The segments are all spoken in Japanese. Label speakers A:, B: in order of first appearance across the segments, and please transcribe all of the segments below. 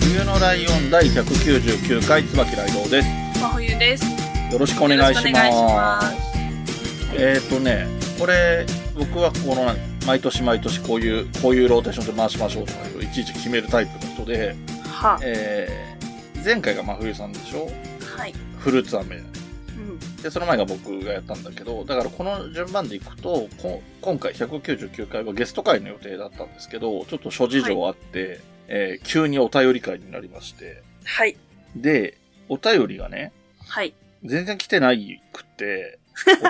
A: 冬のライオン第199回、椿ライドウです。
B: 真冬です
A: よろしくお願いし
B: よろしくお願いし
A: ま。
B: ます
A: えっ、ー、とね、これ、僕はこの、毎年毎年こういう、こういうローテーションで回しましょうとかいう、いちいち決めるタイプの人で、
B: は
A: えー、前回が真冬さんでしょ
B: はい、
A: フルーツ飴。
B: うん、
A: で、その前が僕がやったんだけど、だからこの順番でいくと、こ今回199回はゲスト会の予定だったんですけど、ちょっと諸事情あって、えー急にお便り会になりまして、
B: はい
A: で、お便りがね、
B: はい
A: 全然来てないくって、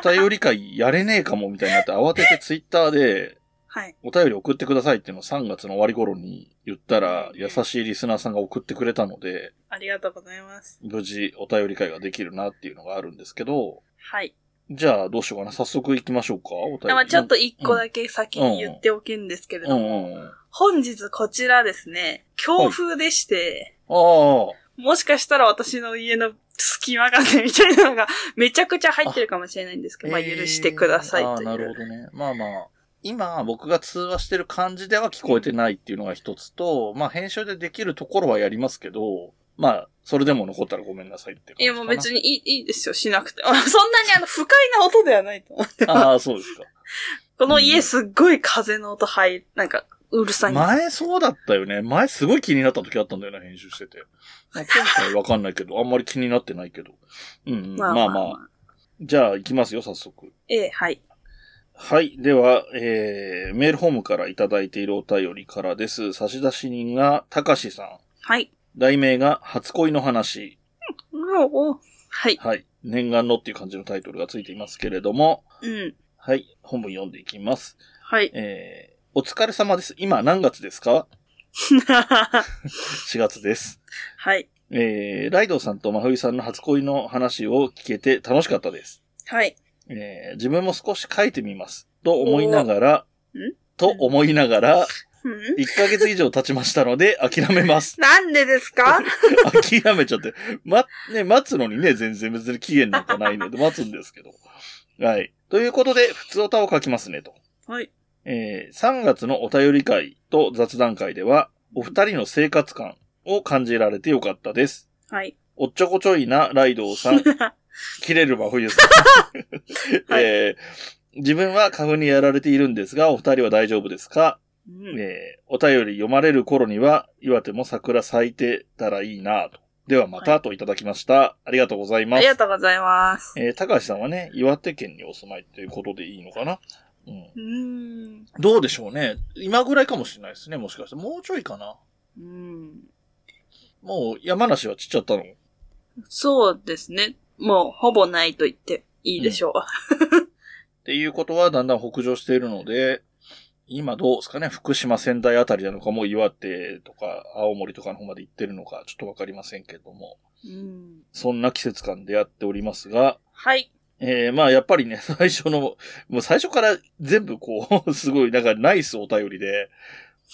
A: お便り会やれねえかもみたいになって慌ててツイッターで、
B: はい
A: お便り送ってくださいっていうのを3月の終わり頃に言ったら、優しいリスナーさんが送ってくれたので、
B: ありがとうございます
A: 無事お便り会ができるなっていうのがあるんですけど、
B: はい
A: じゃあ、どうしようかな。早速行きましょうか。お便り
B: でもちょっと1個だけ先に言っておけんですけれ
A: う
B: ど
A: ん
B: も、
A: うんうん。あ
B: 本日こちらですね強風でして、
A: あ。
B: もしかしたら私の家の隙間風みたいなのがめちゃくちゃ入ってるかもしれないんですけど、まあ許してください
A: えーあ
B: と
A: あ
B: い
A: なる
B: う
A: ほ。どね。まあまあ。今、僕が通話してる感じでは聞こえてないっていうのが一つと、まあ編集でできるところはやりますけど、まあ、それでも残ったらごめんなさいって感
B: い
A: じ
B: や
A: かな。
B: もう別にいい、いいですよ、しなくて。そん なにあの、不快な音ではないと思ってます。
A: ああ、そうですか。
B: この家すっごい風の音入る、なんか、うるさいんです
A: 前そうだったよね。前すごい気になった時あったんだよね、編集してて。まあ、今回わかんないけど、あんまり気になってないけど。うん、うん。まあまあ。じゃあ行きますよ、早速。
B: ええ、はい。
A: はい。では、えー、メールホームからいただいているお便りからです。差出人が、たかしさん。
B: はい。
A: 題名が、初恋の話。
B: おおはい。
A: はい。念願のっていう感じのタイトルがついていますけれども、
B: うん。
A: はい。本文読んでいきます。
B: はい。
A: えー、お疲れ様です。今何月ですか ?4 月です。
B: はい。
A: えー、ライドウさんとまふいさんの初恋の話を聞けて楽しかったです。
B: はい。
A: えー、自分も少し書いてみます。と思いながら
B: おーん、
A: と思いながら、
B: うん
A: 1ヶ月以上経ちましたので、諦めます。
B: なんでですか
A: 諦めちゃって。ま、ね、待つのにね、全然別に期限なんかないので、待つんですけど。はい。ということで、普通歌を書きますね、と。
B: はい。
A: えー、3月のお便り会と雑談会では、お二人の生活感を感じられてよかったです。
B: はい。
A: おっちょこちょいなライドウさん、切れる真冬さん。
B: はい
A: えー自分は花粉にやられているんですが、お二人は大丈夫ですか
B: うん
A: えーお便り読まれる頃には、岩手も桜咲いてたらいいなと。ではまた、といただきました。ありがとうござい
B: あ
A: ます。
B: りがとうございます。
A: えー高橋さんはね、岩手県にお住まいということでいいのかな、うん、
B: うん。
A: どうでしょうね。今ぐらいかもしれないですね、もしかして。もうちょいかな。
B: うん。
A: もう山梨は散っちゃったの。
B: そうですね。もう、ほぼないと言っていいでしょう。
A: っていうことはだんだん北上しているので、今どうですかね福島、仙台あたりなのか、もう岩手とか青森とかの方まで行ってるのか、ちょっとわかりませんけども、
B: うん。
A: そんな季節感でやっておりますが、
B: はい。
A: ええまあやっぱりね、 最初の、もう最初から全部こう、 すごい、なんかナイスお便りで、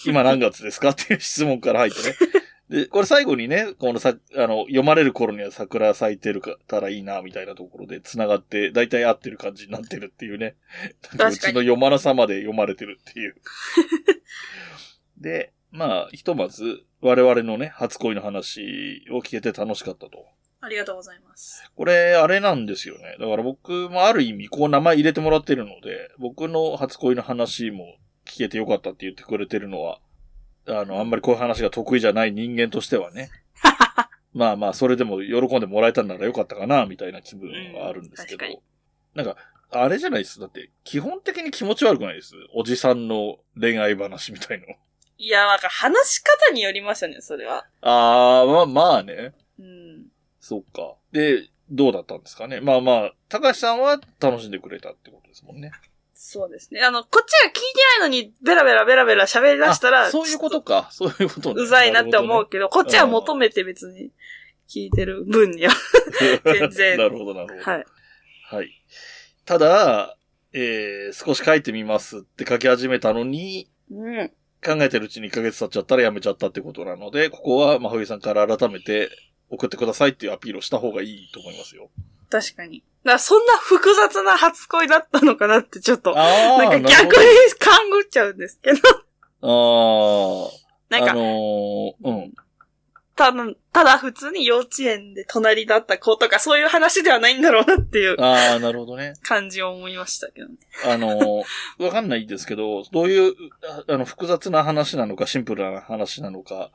A: 今何月ですかっていう質問から入ってね。 で、これ最後にね、このさ、あの、読まれる頃には桜咲いてるか、たらいいな、みたいなところで繋がって、だいたい合ってる感じになってるっていうね。
B: かに
A: うちの読まなさまで読まれてるって いう。で、まあ、ひとまず、我々のね、初恋の話を聞けて楽しかったと。
B: ありがとうございます。
A: これ、あれなんですよね。だから僕もある意味、こう名前入れてもらってるので、僕の初恋の話も聞けてよかったって言ってくれてるのは、あの、あんまりこういう話が得意じゃない人間としてはね。まあまあ、それでも喜んでもらえたんならよかったかな、みたいな気分はあるんですけど。
B: うん確
A: なんか、あれじゃないです。だって、基本的に気持ち悪くないです。おじさんの恋愛話みたいの。
B: いや、なんか話し方によりますよね、それは。
A: あー、まあまあね。
B: うん。
A: そっか。で、どうだったんですかね。まあまあ、高橋さんは楽しんでくれたってことですもんね。
B: そうですね。あの、こっちが聞いてないのに、ベラベラベラベラ喋り出したら、
A: あそういうことか。そういうことね
B: うざいなって思う。けど、こっちは
A: うん
B: 求めて別に聞いてる分には。
A: なるほどね
B: 全然
A: なるほど、なるほど。
B: はい。
A: はい。ただ、えー、少し書いてみますって書き始めたのに、
B: うん。
A: 考えてるうちに1ヶ月経っちゃったらやめちゃったってことなので、ここは真冬さんから改めて送ってくださいっていうアピールをした方がいいと思いますよ。
B: 確かに。だからそんな複雑な初恋だったのかなってちょっと、
A: あー
B: なんか逆に勘ぐっちゃうんですけど。
A: あー
B: なん
A: あ
B: か、
A: のー、うん。
B: ただ、ただ普通に幼稚園で隣だった子とかそういう話ではないんだろうなっていう
A: ああ、なるほどね。
B: 感じを思いましたけどね。
A: あのー、 わかんないですけど、どういう、ああの、複雑な話なのか、シンプルな話なのか、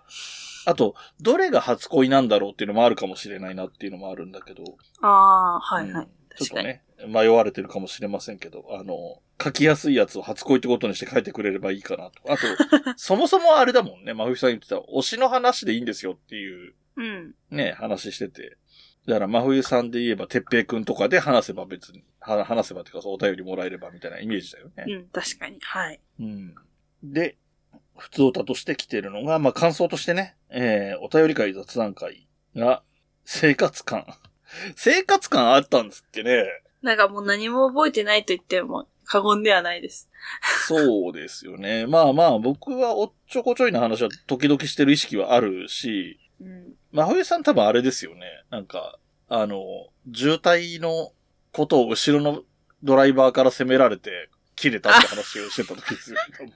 A: あと、どれが初恋なんだろうっていうのもあるかもしれないなっていうのもあるんだけど、
B: ああ、はいはい。
A: ちょっ
B: 確
A: と
B: かに。
A: ね、迷われてるかもしれませんけど、あの、書きやすいやつを初恋ってことにして書いてくれればいいかなと。あと、 そもそもあれだもんね、まふさん言ってた、推しの話でいいんですよっていう、
B: うん。
A: ね、話してて。だから、真冬さんで言えば、てっぺいくんとかで話せば別に、は話せばっていうか、そうお便りもらえればみたいなイメージだよね。
B: うん、確かに。はい。
A: うん。で、普通歌として来てるのが、まあ、感想としてね、えー、お便り会雑談会が、生活感。 生活感あったんですっけね。
B: なんかもう何も覚えてないと言っても過言ではないです。
A: そうですよね。まあまあ、僕はおっちょこちょいな話は時々してる意識はあるし、
B: うん。
A: 真冬さん多分あれですよね。なんか、あの、渋滞のことを後ろのドライバーから責められて、切れたって話をしてた時ですよね。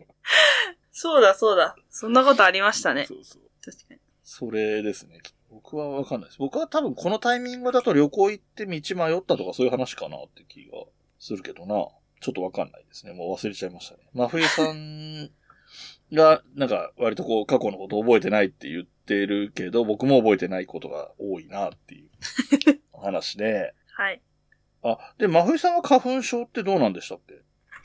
B: そうだそうだ。そんなことありま した
A: 多分
B: ね。
A: そうそう。
B: 確かに。
A: それですね。僕はわかんないです。僕は多分このタイミングだと旅行行って道迷ったとかそういう話かなって気がするけどな。ちょっとわかんないですね。もう忘れちゃいましたね。真冬さんが、なんか割とこう過去のこと覚えてないって言ってるけど、僕も覚えてないことが多いなっていう話で。
B: はい。
A: あ、で、真冬さんは花粉症ってどうなんでしたっけ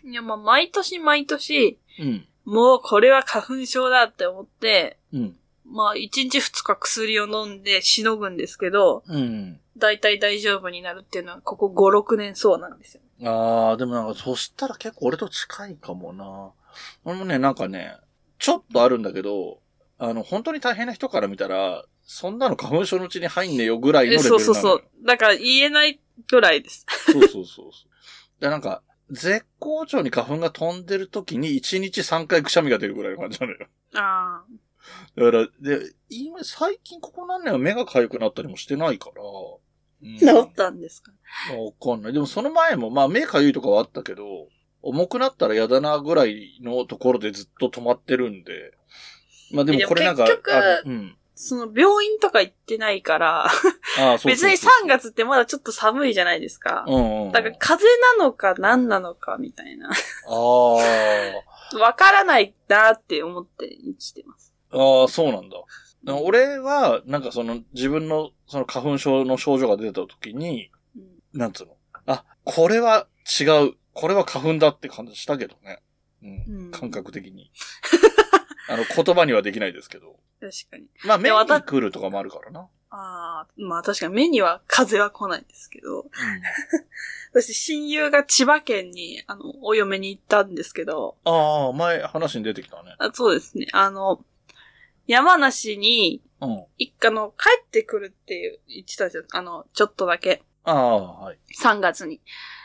B: いや、まあ、毎年毎年、
A: うん。
B: もうこれは花粉症だって思って、
A: うん。
B: まあ、1日2日薬を飲んでしのぐんですけど、
A: うん。
B: だいたい大丈夫になるっていうのは、ここ5、6年そうなんですよ。
A: あー、でもなんか、そしたら結構俺と近いかもな。俺もね、なんかね、ちょっとあるんだけど、あの、本当に大変な人から見たら、そんなの花粉症のうちに入んねえよぐらいのレ
B: え
A: ベルな
B: そ
A: の
B: うそうそ
A: よ
B: う。だから言えないぐらいです。
A: そうそうそうそう。で、なんか、絶好調に花粉が飛んでる時に1日3回くしゃみが出るぐらいの感じなのよ。
B: ああ。
A: だから、で、今、最近ここ何年は目が痒くなったりもしてないから。うん
B: 治ったんですか
A: まあわかんない。でもその前も、まあ目かゆいとかはあったけど、重くなったら嫌だなぐらいのところでずっと止まってるんで。まあでもこれなんか、
B: いやでも結局
A: あのうん。
B: その病院とか行ってないから、
A: ああ、そうそう
B: 別
A: そう
B: に3。月ってまだちょっと寒いじゃないですか。
A: うん、うん。
B: だから風邪なのか何なのかみたいな。
A: あ
B: わからないなって思って生きてます。
A: あ、ああ、そうなんだ。だから俺は、なんかその自分のその花粉症の症状が出た時に、
B: うん
A: なんつうの。あ、これは違う。これは花粉だって感じしたけどね。うん。
B: うん
A: 感覚的に。あの、言葉にはできないですけど。
B: 確かに。
A: まあ、目
B: で
A: に
B: わた
A: 来るとかもあるからな。
B: ああ、まあ確かに目には風は来ないんですけど。私、親友が千葉県に、あの、お嫁に行ったんですけど、
A: ああ、前話に出てきたね。
B: あそうですね、あの、山梨に、
A: うん。
B: 一家の帰ってくるっていう言ってたんですよ。あの、ちょっとだけ。
A: ああ、はい。
B: 3月に。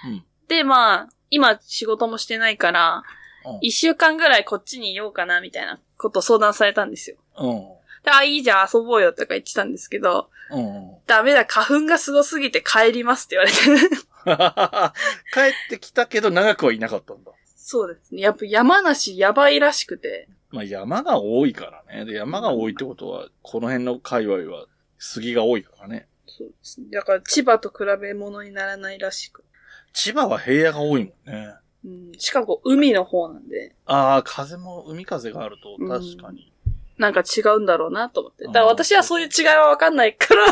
A: うん
B: で、まあ、今仕事もしてないから
A: うん、
B: 一週間ぐらいこっちにいようかな、みたいなことを相談されたんですよ。
A: う
B: であ、いいじゃん、遊ぼうよとか言ってたんですけど、
A: ん。うん。
B: ダメだ、花粉がすごすぎて帰りますって言われて。
A: 帰ってきたけど長くはいなかったんだ。
B: そうですね。やっぱ山梨やばいらしくて。
A: まあ、山が多いからね。で、山が多いってことは、この辺の界隈は杉が多いからね。
B: そうですね。だから千葉と比べ物にならないらしく。
A: 千葉は平野が多いもんね。
B: うん、しかも海の方なんで、
A: ああ、風も、海風があると、確かに。
B: なんか違うんだろうなと思って。だから
A: あー
B: 私はそういう違いはわかんないから、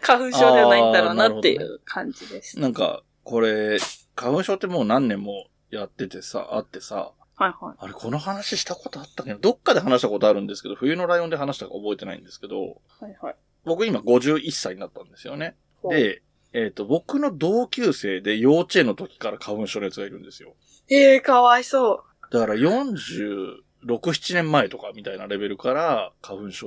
B: 花粉症ではないんだろうなってい
A: あーなる
B: う感じです。
A: なんか、これ、花粉症ってもう何年もやっててさ、あってさ、
B: はいはい。
A: あれ、この話したことあったっけど、どっかで話したことあるんですけど、冬のライオンで話したか覚えてないんですけど、
B: はいはい。
A: 僕今51歳になったんですよね。
B: ほう、
A: で、えっ、と、僕の同級生で幼稚園の時から花粉症のやつがいるんですよ。
B: ええー、かわいそ
A: だから46、7年前とかみたいなレベルから花粉症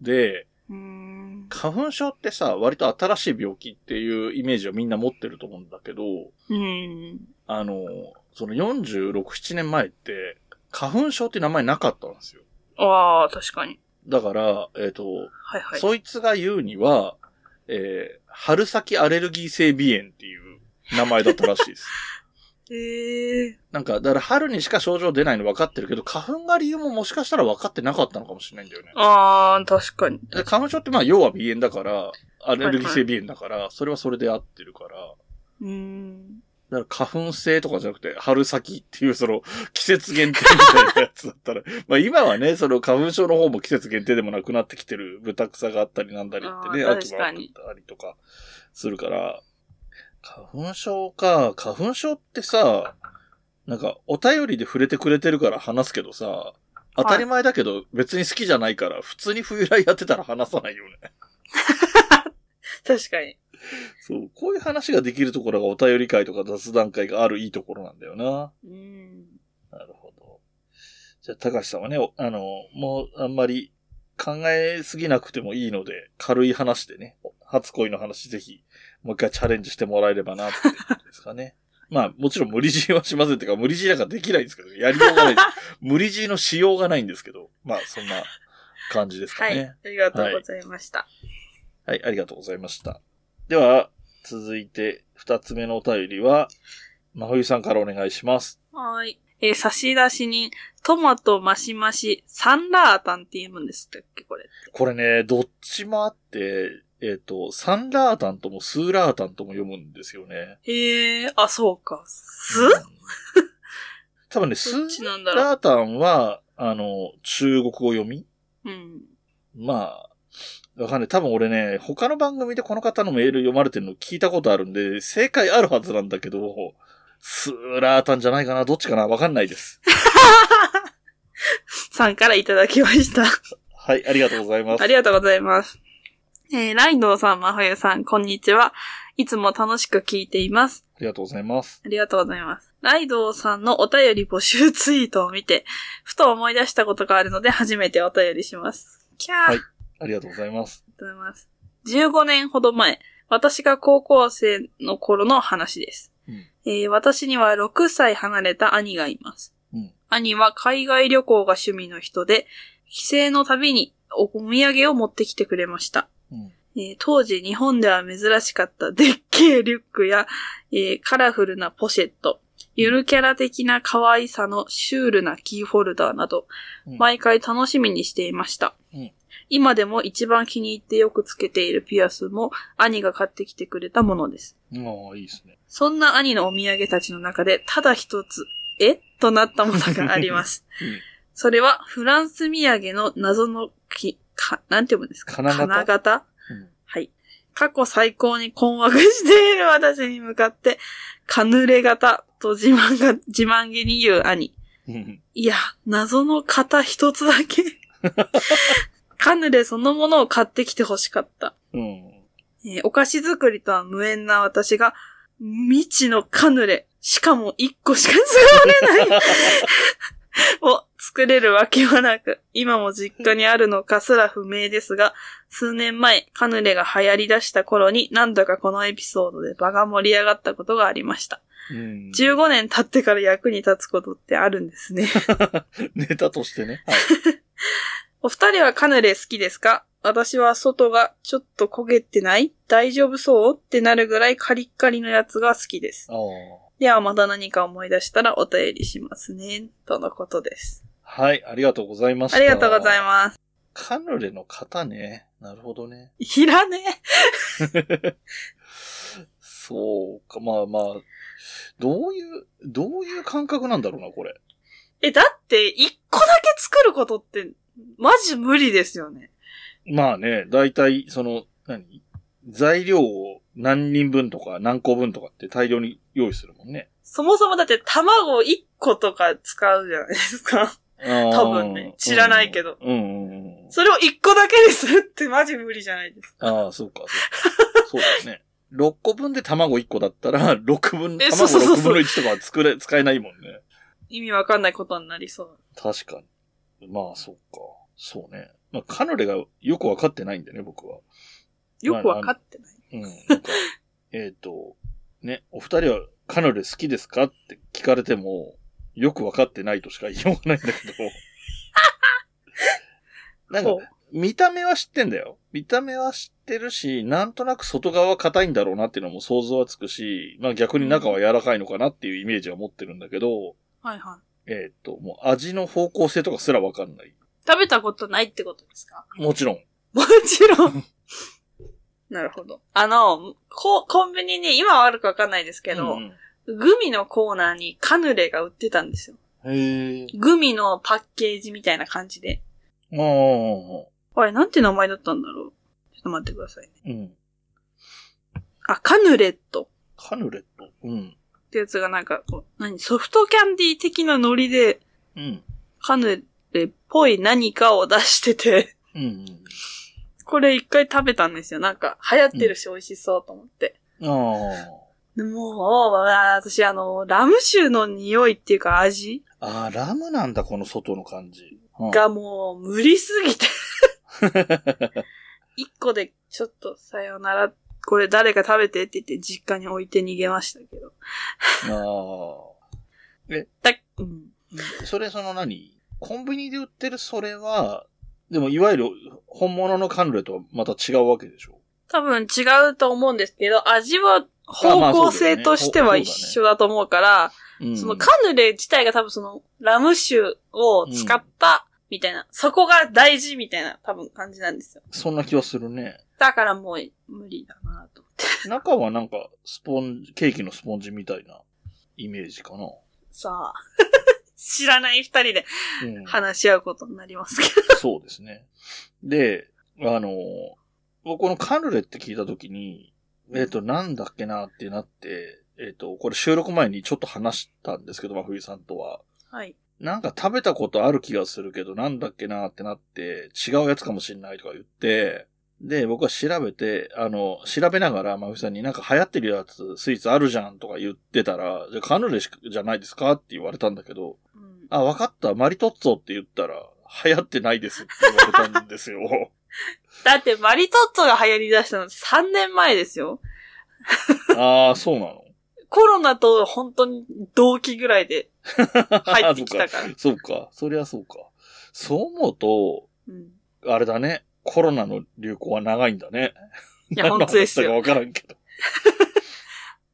A: で、
B: う。うーん。
A: 花粉症ってさ、割と新しい病気っていうイメージをみんな持ってると思うんだけど、
B: うん。
A: あの、その46、7年前って、花粉症って名前なかったんですよ。
B: ああ、確かに。
A: だから、えっ、と、
B: はいはい。
A: そいつが言うには、えー春先アレルギー性鼻炎っていう名前だったらし いです。
B: ええー。
A: なんか、だから春にしか症状出ないの分かってるけど、花粉が理由ももしかしたら分かってなかったのかもしれないんだよね。
B: ああ、確かに。
A: で花粉症ってまあ、要は鼻炎だから、アレルギー性鼻炎だから、それはそれで合ってるから、
B: うーん。
A: だから花粉性とかじゃなくて、春先っていうその、季節限定みたいなやつだったら、 まあ今はね、その花粉症の方も季節限定でもなくなってきてる、豚草があったりなんだりってね、
B: あー
A: 秋もあったりとかするから、花粉症か、花粉症ってさ、なんかお便りで触れてくれてるから話すけどさ、当たり前だけど別に好きじゃないから、普通に冬来やってたら話さないよね。
B: 確かに。
A: そう、こういう話ができるところがお便り会とか雑談会があるいいところなんだよな。
B: うん。
A: なるほど。じゃあ、高橋さんはね、おあの、もうあんまり考えすぎなくてもいいので、軽い話でね、初恋の話ぜひ、もう一回チャレンジしてもらえればな、っていうことですか ね。まあ、もちろん無理強いはしませんっていうか、無理強いなんかできないんですけど、やりようがない。無理強いのしようがないんですけど、まあ、そんな感じですか
B: は
A: ね。
B: い。ありがとうございました。
A: はい、ありがとうございました。では、続いて、二つ目のお便りは、まほゆさんからお願いします。
B: はーい。えー差出人、トマトマシマシ、サンラータンって言うんですっけ、これって。
A: これね、どっちもあって、えっ、と、サンラータンともスーラータンとも読むんですよね。
B: へえー、あ、そうか。す
A: うん多分ね、ス
B: どっち
A: ー
B: なんだろう。
A: ラータンは、あの、中国語読み
B: うん。
A: まあ、わかんない。多分俺ね、他の番組でこの方のメール読まれてるの聞いたことあるんで、正解あるはずなんだけど、スーラータンじゃないかなどっちかなわかんないです。
B: さんからいただきました。
A: はい、ありがとうございます。
B: ありがとうございます。えーライドウさん、まほゆさん、こんにちは。いつも楽しく聞いています。
A: ありがとうございます。
B: ありがとうございます。ライドウさんのお便り募集ツイートを見て、ふと思い出したことがあるので、初めてお便りします。キャー、
A: はいありがとうございます。
B: ありがとうございます。15年ほど前、私が高校生の頃の話です。
A: うん
B: えー私には6歳離れた兄がいます。
A: うん
B: 兄は海外旅行が趣味の人で、帰省のたびにお土産を持ってきてくれました。
A: うん。
B: えー当時日本では珍しかったでっけえリュックや、えーカラフルなポシェット、ゆるキャラ的な可愛さのシュールなキーホルダーなど、
A: うん
B: 毎回楽しみにしていました。
A: うん
B: 今でも一番気に入ってよくつけているピアスも兄が買ってきてくれたものです。
A: ああ、いいですね。
B: そんな兄のお土産たちの中で、ただ一つ、えとなったものがあります。
A: うん
B: それは、フランス土産の謎の木、か、なんて読むんですか
A: 金型
B: 金型はい。過去最高に困惑している私に向かって、カヌレ型と自慢が、自慢げに言う兄。
A: うん。
B: いや、謎の型一つだけ。カヌレそのものを買ってきて欲しかった。
A: うん。
B: えーお菓子作りとは無縁な私が、未知のカヌレ、しかも一個しか使われない、 を作れるわけはなく、今も実家にあるのかすら不明ですが、数年前、カヌレが流行り出した頃に何度かこのエピソードで場が盛り上がったことがありました。
A: うん。
B: 15年経ってから役に立つことってあるんですね。
A: ネタとしてね。
B: お二人はカヌレ好きですか私は外がちょっと焦げてない大丈夫そうってなるぐらいカリッカリのやつが好きです。
A: はい。
B: ではまた何か思い出したらお便りしますね。とのことです。
A: ああ。はい、ありがとうございました。
B: ありがとうござい
A: す。
B: ます。
A: カヌレの型ね。なるほどね。
B: いらね
A: そうか、まあまあ。どういう、どういう感覚なんだろうな、これ。
B: え。え、だって、一個だけ作ることって、マジ無理ですよね。
A: まあね、だいたい、その、何材料を何人分とか何個分とかって大量に用意するもんね。
B: そもそもだって卵一個とか使うじゃないですか。
A: 多
B: 多分ね知らないけど
A: うんうんうん。
B: それを一個だけにするってマジ無理じゃないですか。
A: ああ、そうか、そうか。そうですね。 6個分で卵1個だったら、6分、
B: え
A: 卵
B: そうそうそうそ
A: 6
B: う
A: 分の1とかは作れ、使えないもんね。
B: 意味わかんないことになりそう。
A: 確かに。まあ、そうか。そうね。まあ、カヌレがよくわかってないんだよね、僕は。
B: よくわかってない。
A: うん。なん かえっと、ね、お二人はカヌレ好きですかって聞かれても、よくわかってないとしか言いようがないんだ けど。なん
B: ほ
A: か、見た目は知ってんだよ。見た目は知ってるし、なんとなく外側は硬いんだろうなっていうのも想像はつくし、まあ逆に中は柔らかいのかなっていうイメージは持ってるんだけど、
B: うはいはい。
A: えっ、と、もう味の方向性とかすらわかんない。
B: 食べたことないってことですか
A: もちろん。
B: もちろん。 なるほど。あの、こコンビニに、今はあるかわかんないですけど、
A: うん
B: グミのコーナーにカヌレが売ってたんですよ。
A: うんへえ。
B: グミのパッケージみたいな感じで。
A: ああ。
B: あれ、なんて名前だったんだろうちょっと待ってくださいね。
A: うん。
B: あ、カヌレット
A: カヌレット。うん。
B: ってやつがなんかこう、何ソフトキャンディー的なノリで、
A: うん。
B: カヌレっぽい何かを出してて、
A: うんうん。
B: これ一回食べたんですよ。なんか、流行ってるし美味しそうと思って。
A: あ
B: でもう、わあ私あの、ラム酒の匂いっていうか味
A: あ。ああ、ラムなんだ、この外の感じ。うん
B: がもう無理すぎ て。一個でちょっとさよなら、これ誰か食べてって言って実家に置いて逃げましたけど。
A: ああ。
B: だ、うん。
A: それ、その何コンビニで売ってるそれは、でも、いわゆる、本物のカヌレとはまた違うわけでしょ
B: 多分違うと思うんですけど、味は方向性としては一緒だと思うから、
A: う
B: そのカヌレ自体が多分そのラム酒を使ったみたいな、そこが大事みたいな多分感じなんですよ。
A: そんな気はするね。
B: だからもう無理だなと思って。
A: 中はなんか、スポンジ、ケーキのスポンジみたいなイメージかな。
B: さあ、知らない二人で
A: うん、
B: 話し合うことになりますけど。
A: そうですね。で、あの、僕このカヌレって聞いたときに、えっ、と、なんだっけなってなって、えっ、と、これ収録前にちょっと話したんですけど、真冬さんと は。
B: はい。
A: なんか食べたことある気がするけど、なんだっけなってなって、違うやつかもしんないとか言って、で、僕は調べて、あの、調べながら、まふさんになんか流行ってるやつ、スイーツあるじゃんとか言ってたら、じゃあカヌレしかじゃないですかって言われたんだけど、
B: うん、
A: あ、わかった、マリトッツォって言ったら、流行ってないですって言われたんですよ。
B: だってマリトッツォが流行り出したの3年前ですよ。
A: ああ、そうなの。
B: コロナと本当に同期ぐらいで入ってきたから。
A: そうか。そうか、そりゃそうか。そう思うと、
B: うん
A: あれだね、コロナの流行は長いんだね。
B: いや、本当です よ。
A: 何の話だかわからんけど。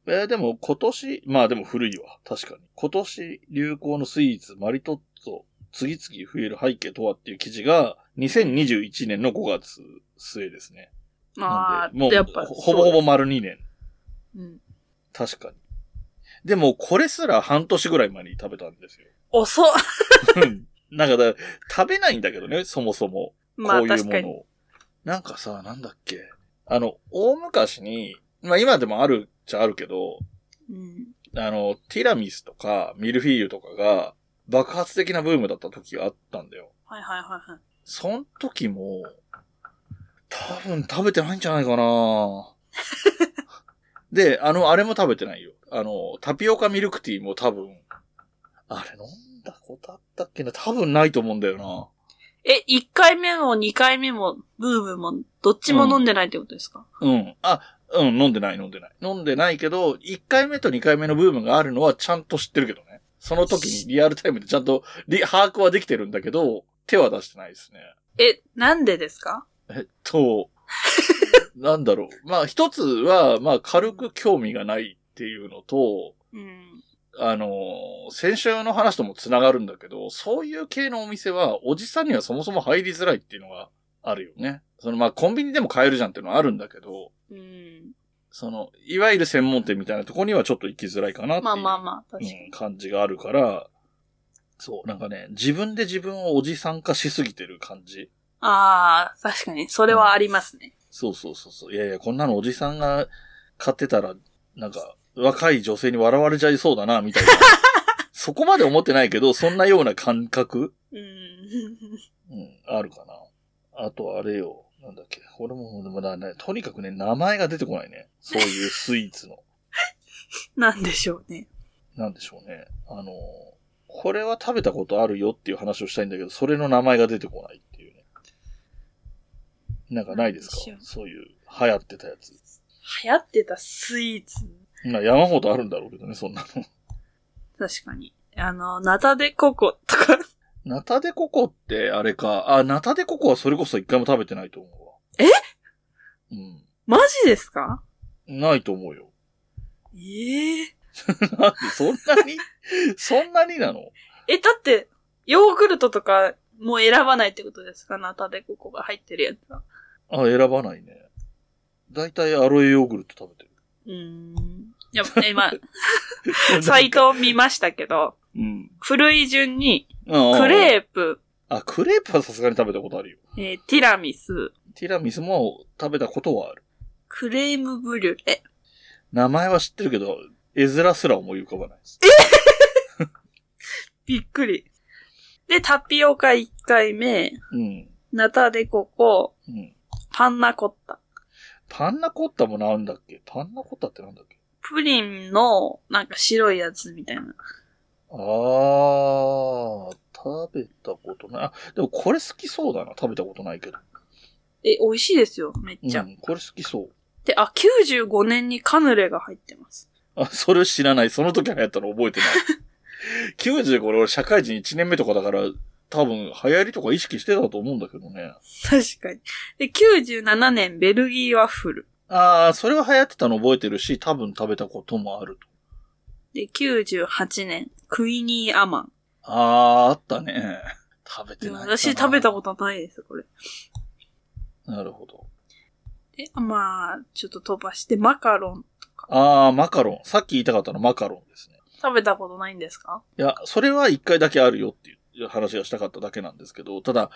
A: えーでも今年、まあでも古いわ。確かに。今年流行のスイーツ、マリトッツォ、次々増える背景とはっていう記事が、2021年の5月末ですね。
B: まあ
A: な、んでもう、
B: やっぱ、
A: ほぼほ
B: ぼ。
A: ぼ丸2年。
B: うん
A: 確かに。でも、これすら半年ぐらい前に食べたん ですよ。
B: 遅っ。
A: なんかだ、食べないんだけどね、そもそも。こ
B: まあ
A: ういう
B: 確
A: も
B: か
A: の
B: に。
A: を。なんかさ、なんだっけ。あの、大昔に、まあ今でもあるっちゃあるけど、
B: うん
A: あの、ティラミスとかミルフィーユとかが爆発的なブームだった時があったんだよ。
B: はいはいはいはい。
A: そん時も、多分食べてないんじゃないか なで、あの、あれも食べてないよ。あの、タピオカミルクティーも多分、あれ飲んだことあったっけな多分ないと思うんだよな。
B: え、1回目も2回目も、ブームも、どっちも飲んでないってことですか、
A: うん。あ、うん、飲んでない、飲んでない。飲んでないけど、1回目と2回目のブームがあるのはちゃんと知ってるけどね。その時にリアルタイムでちゃんとリ把握はできてるんだけど、手は出してないですね。
B: え、なんでですか
A: えっと、なんだろう。まあ、一つは、まあ、軽く興味がないっていうのと、
B: うん。
A: あのー、先週の話とも繋がるんだけど、そういう系のお店は、おじさんにはそもそも入りづらいっていうのがあるよね。その、まあ、コンビニでも買えるじゃんっていうのはあるんだけど、
B: うん。
A: その、いわゆる専門店みたいなとこにはちょっと行きづらいかなってい
B: まあ
A: う、
B: まあまあ、確か
A: う
B: に
A: ん。感じがあるから、そう、なんかね、自分で自分をおじさん化しすぎてる感じ。
B: ああ、確かに。それはありますね。
A: そうそうそうそう。いやいや、こんなのおじさんが買ってたら、なんか、若い女性に笑われちゃいそうだな、みたいな。そこまで思ってないけど、そんなような感覚、
B: うん。
A: うん、あるかな。あと、あれよ。なんだっけ。これも、でもだね、とにかくね、名前が出てこないね。そういうスイーツの。
B: なんでしょうね。
A: なんでしょうね。あの、これは食べたことあるよっていう話をしたいんだけど、それの名前が出てこないっていうね。なんかないですか
B: なんでしょう
A: そういう、流行ってたやつ。
B: 流行ってたスイーツ。
A: まあ山ほどあるんだろうけどね、そんなの。
B: 確かに。あの、ナタデココとか。
A: ナタデココって、あれか。あ、ナタデココはそれこそ一回も食べてないと思うわ。
B: え
A: う
B: マジですか
A: ん。ないと思うよ。
B: ええ
A: なんで、そんなに、そんなになの
B: え、だって、ヨーグルトとかも選ばないってことですかナタデココが入ってるやつは。
A: あ、選ばないね。だいたいアロエヨーグルト食べて
B: うーん。やっぱね、今、
A: る。
B: サイトを見ましたけど、
A: うん。
B: 古い順に、
A: ク
B: クレ
A: ープ。
B: ープ、
A: あ、クレープはさすがに食べたことあるよ。
B: えーティラミス、
A: ティラミスも食べたことはある。
B: クレームブリュレ、
A: 名前は知ってるけど、絵面すら思い浮かばないです。
B: びっくり。で、タピオカ1回目、
A: うん。
B: ナタデココ、
A: うん。
B: パンナコッタ。
A: パンナコッタもなんだっけパンナコッタってなんだっけ
B: プリンの、なんか白いやつみたいな。
A: あー、食べたことない。あ、でもこれ好きそうだな。食べたことないけど。
B: え、美味しいですよ、めっちゃ。
A: うん、これ好きそう。
B: で、あ、95年にカヌレが入ってます。
A: あ、それを知らない。その時流行ったの覚えてない。95これ俺社会人1年目とかだから、多分流行りとか意識してたと思うんだけどね。
B: 確かに。で、97年、ベルギーワッフル。
A: ああ、それは流行ってたの覚えてるし、多分食べたこともあると。
B: で、98年、クイニーアマン。
A: ああ、あったね。食べて
B: でも
A: ないかな。
B: 私食べたことないです、これ。
A: なるほど。
B: で、まあ、ちょっと飛ばして、マカロン。
A: ああ、マカロン。さっき言いたかったのマカロンですね。
B: 食べたことないんですか
A: いや、それは一回だけあるよっていう話がしたかっただけなんですけど、ただ、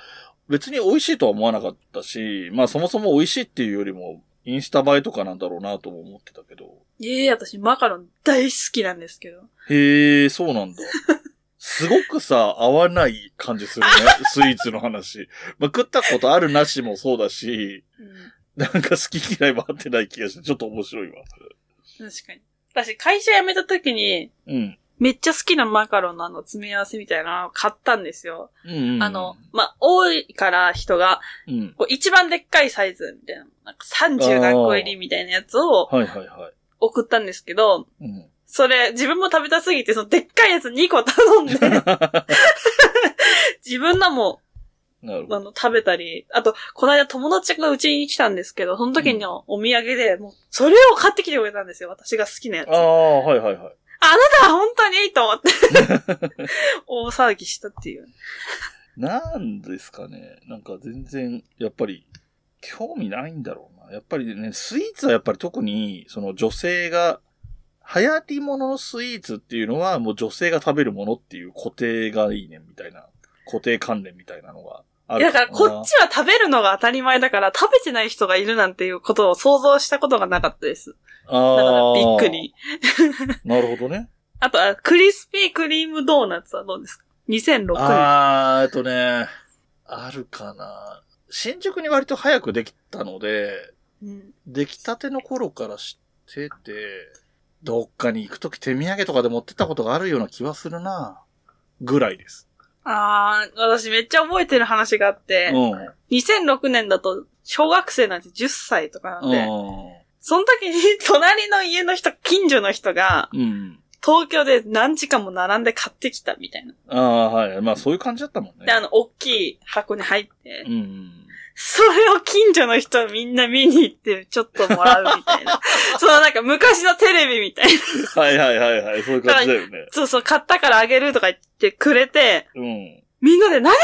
A: 別に美味しいとは思わなかったし、まあそもそも美味しいっていうよりも、インスタ映えとかなんだろうなとも思ってたけど。
B: ええ私マカロン大好きなんですけど。
A: へえ、そうなんだ。 すごくさ、合わない感じするね。スイーツの話。まあ、食ったことあるなしもそうだし、
B: うん。
A: なんか好き嫌いも合ってない気がして、ちょっと面白いわ。
B: 確かに。私、会社辞めた時に、
A: うん。
B: めっちゃ好きなマカロンのあの、詰め合わせみたいなのを買ったんですよ。
A: うん、うん。
B: あの、、まあ、多いから人が、
A: うん。
B: こう一番でっかいサイズみたいな、なんか30何個入りみたいなやつを
A: はいはいは
B: 送ったんですけど、
A: い。うん。
B: それ、自分も食べたすぎて、そのでっかいやつ2個頼ん で、自分のも、
A: なる ほ
B: あ
A: ど。
B: の、食べたり、あと、この間友達がうちに来たんですけど、その時のお土産で、もう、それを買ってきてくれたんですよ、私が好きなやつ。
A: あ
B: あ
A: あ、はいはいはい。
B: なた、 本当にと思って。大騒ぎしたっていう。
A: なんですかね。なんか全然、やっぱり、興味ないんだろうな。やっぱりね、スイーツはやっぱり特に、その女性が、流行りもののスイーツっていうのは、もう女性が食べるものっていう固定がいいねんみたいな、固定関連みたいなのがある
B: だから、こっちは食べるのが当たり前だから、食べてない人がいるなんていうことを想像したことがなかったです。だから、
A: あ
B: び
A: ー
B: っく。り。
A: なるほどね。
B: あと、あクリスピークリームドーナツはどうですか ?2006 年。
A: あー、えっとね、あるかな。新宿に割と早くできたので、
B: うん
A: 出来たての頃から知ってて、どっかに行くとき手土産とかで持ってったことがあるような気はするな。ぐらいです。
B: あー、私めっちゃ覚えてる話があって、
A: うん。
B: 2006年だと小学生なんて10歳とかなんで、
A: う
B: その時に隣の家の人、近所の人が、
A: ん。うん。
B: 東京で何時間も並んで買ってきたみたいな。
A: ああ、はい。まあそういう感じだったもんね。
B: で、あの、大きい箱に入って
A: う、ん。
B: それを近所の人みんな見に行って、ちょっともらうみたい な。そのなんか昔のテレビみたいな。
A: はいはいはいはい。そういう感じだよね。
B: そうそう、買ったからあげるとか言ってくれて、
A: うん。
B: みんなで何こ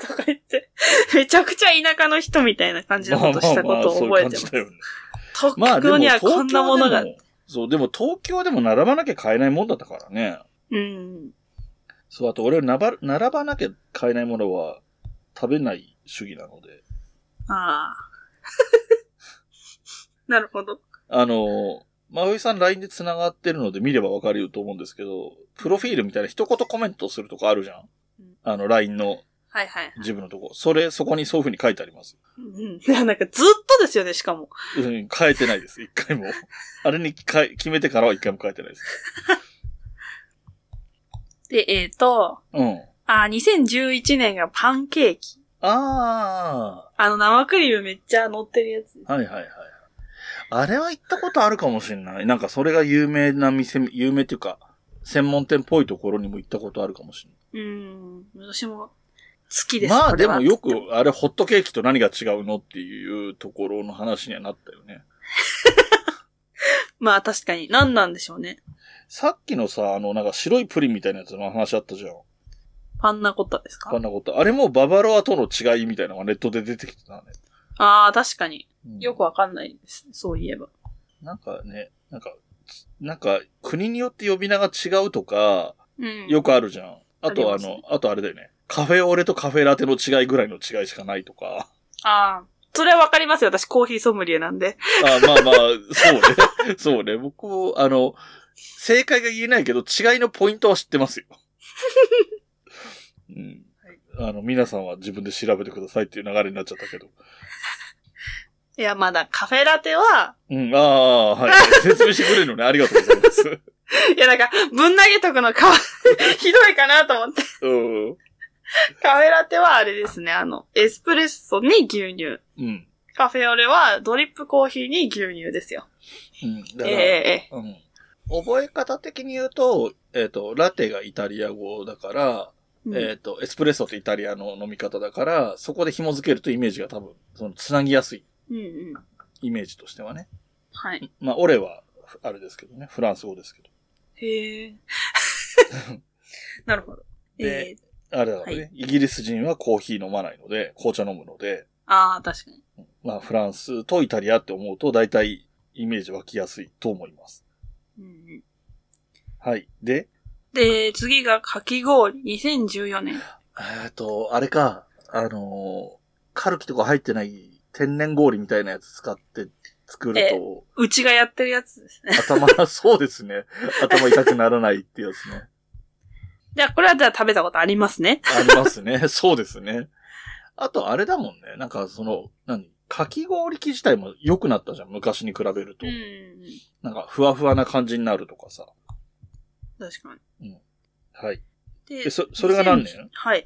B: れとか言って、めちゃくちゃ田舎の人みたいな感じのことしたことを覚えてます
A: そういう感じ。だよね。
B: 東
A: まあで
B: 京
A: も
B: には
A: 東京
B: こんなものが
A: で。もそう、でも東京でも並ばなきゃ買えないもんだったからね。
B: うん。
A: そう、あと俺なば、並ばなきゃ買えないものは食べない主義なので。
B: ああ。 なるほど。
A: あの、まおいさん LINE で繋がってるので見ればわかると思うんですけど、プロフィールみたいな一言コメントするとこあるじゃん
B: うん。
A: あの、LINE の
B: はいはい。
A: 自分のとこ。それ、そこにそういう風に書いてあります。
B: うん。いやなんかずっとですよね、しかも。
A: うん、変えてないです。一回も。あれに変え決めてからは一回も変えてないです。
B: で、えっ、と、
A: うん。
B: あー、2011年がパンケーキ。
A: あ
B: あの、生クリームめっちゃ乗ってるやつ。
A: あ、はいはいはい。あれは行ったことあるかもしれない。なんかそれが有名な店、有名っていうか、専門店っぽいところにも行ったことあるかもしれない。
B: うん。私も好きです。
A: まあ
B: これ
A: で
B: は
A: もよく、あれホットケーキと何が違うのっていうところの話にはなったよね。
B: まあ確かに。何なんでしょうね。
A: さっきのさ、あのなんか白いプリンみたいなやつの話あったじゃん。
B: パンナコッタですか
A: こんなこと。あれもババロアとの違いみたいなのがネットで出てきてたね。
B: ああ、確かに。
A: うん
B: よくわかんないです。そういえば。
A: なんかね、なんか、なんか国によって呼び名が違うとか、
B: うん。
A: よくあるじゃん。あとあ
B: あります
A: の、
B: ね
A: あとあれだよね。カフェオレとカフェラテの違いぐらいの違いしかないとか。
B: ああ。それはわかりますよ。私コーヒーソムリエなんで。
A: あまあまあ、そうね。 そうね。僕も、あの、正解が言えないけど、違いのポイントは知っ てますよ。うん。あの、皆さんは自分で調べてくださいっていう流れになっちゃったけど。
B: いや、まだカフェラテは、
A: うん、ああ、はい。 説明してくれるのね。ありがとうございます。
B: いや、なんか、ぶん投げとくのかわ、 ひどいかなと思って。
A: うん。
B: カフェラテはあれですね。あの、エスプレッソに牛乳。
A: うん。
B: カフェオレはドリップコーヒーに牛乳ですよ。
A: うん。
B: え
A: だ
B: え
A: から、
B: ええ
A: うん。覚え方的に言うと、えっ、と、ラテがイタリア語だから、
B: うん
A: えっ、と、エスプレッソってイタリアの飲み方だから、そこで紐づけるとイメージが多分、その、つなぎやすい
B: うんうん。
A: イメージとしてはね。
B: はい。
A: まあ、オレは、あれですけどね、フランス語ですけど。
B: へ え。なるほど。
A: で
B: ええ
A: あれだからね、
B: は
A: イギリス人はコーヒー飲まないので、紅茶飲むので、
B: ああ、確かに。
A: まあ、フランスとイタリアって思うと、大体、イメージ湧きやすいと思います。
B: うんうん、
A: はい。で、
B: で、次がかき氷、2014年。
A: えっと、あれか、あのーカルキとか入ってない天然氷みたいなやつ使って作ると、
B: うちがやってるやつですね。
A: 頭、そうですね。頭痛くならないってやつね。
B: じゃあ、これはじゃあ食べたことありますね。
A: ありますね。 そうですね。あと、あれだもんね。なんか、その、何かき氷機自体も良くなったじゃん。昔に比べると。
B: ん。
A: なんか、ふわふわな感じになるとかさ。
B: 確かに。
A: はい。え
B: で
A: そそれが何年
B: 2000はい。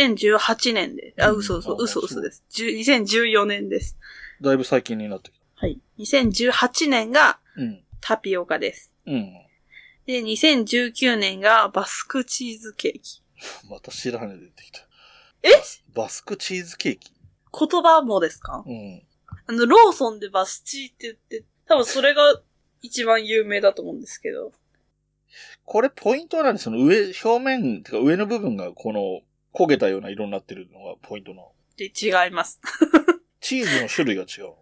B: 2018年で。あ、
A: うん
B: 嘘嘘、
A: あ
B: 嘘
A: そ
B: 嘘
A: う
B: です。10 2014年です。
A: だいぶ最近になってきた。
B: はい。2018年が
A: うん。
B: タピオカです。
A: うん。
B: で、2019年がバスクチーズケーキ。
A: また白羽出てきた。
B: え
A: バスクチーズケーキ
B: 言葉もですか
A: うん。
B: あの、ローソンでバスチーって言って、多分それが一番有名だと思うんですけど。
A: これポイントは何その上、表面、てか上の部分がこの焦げたような色になってるのがポイントなの。
B: で、違います。
A: チーズの種類が違うの。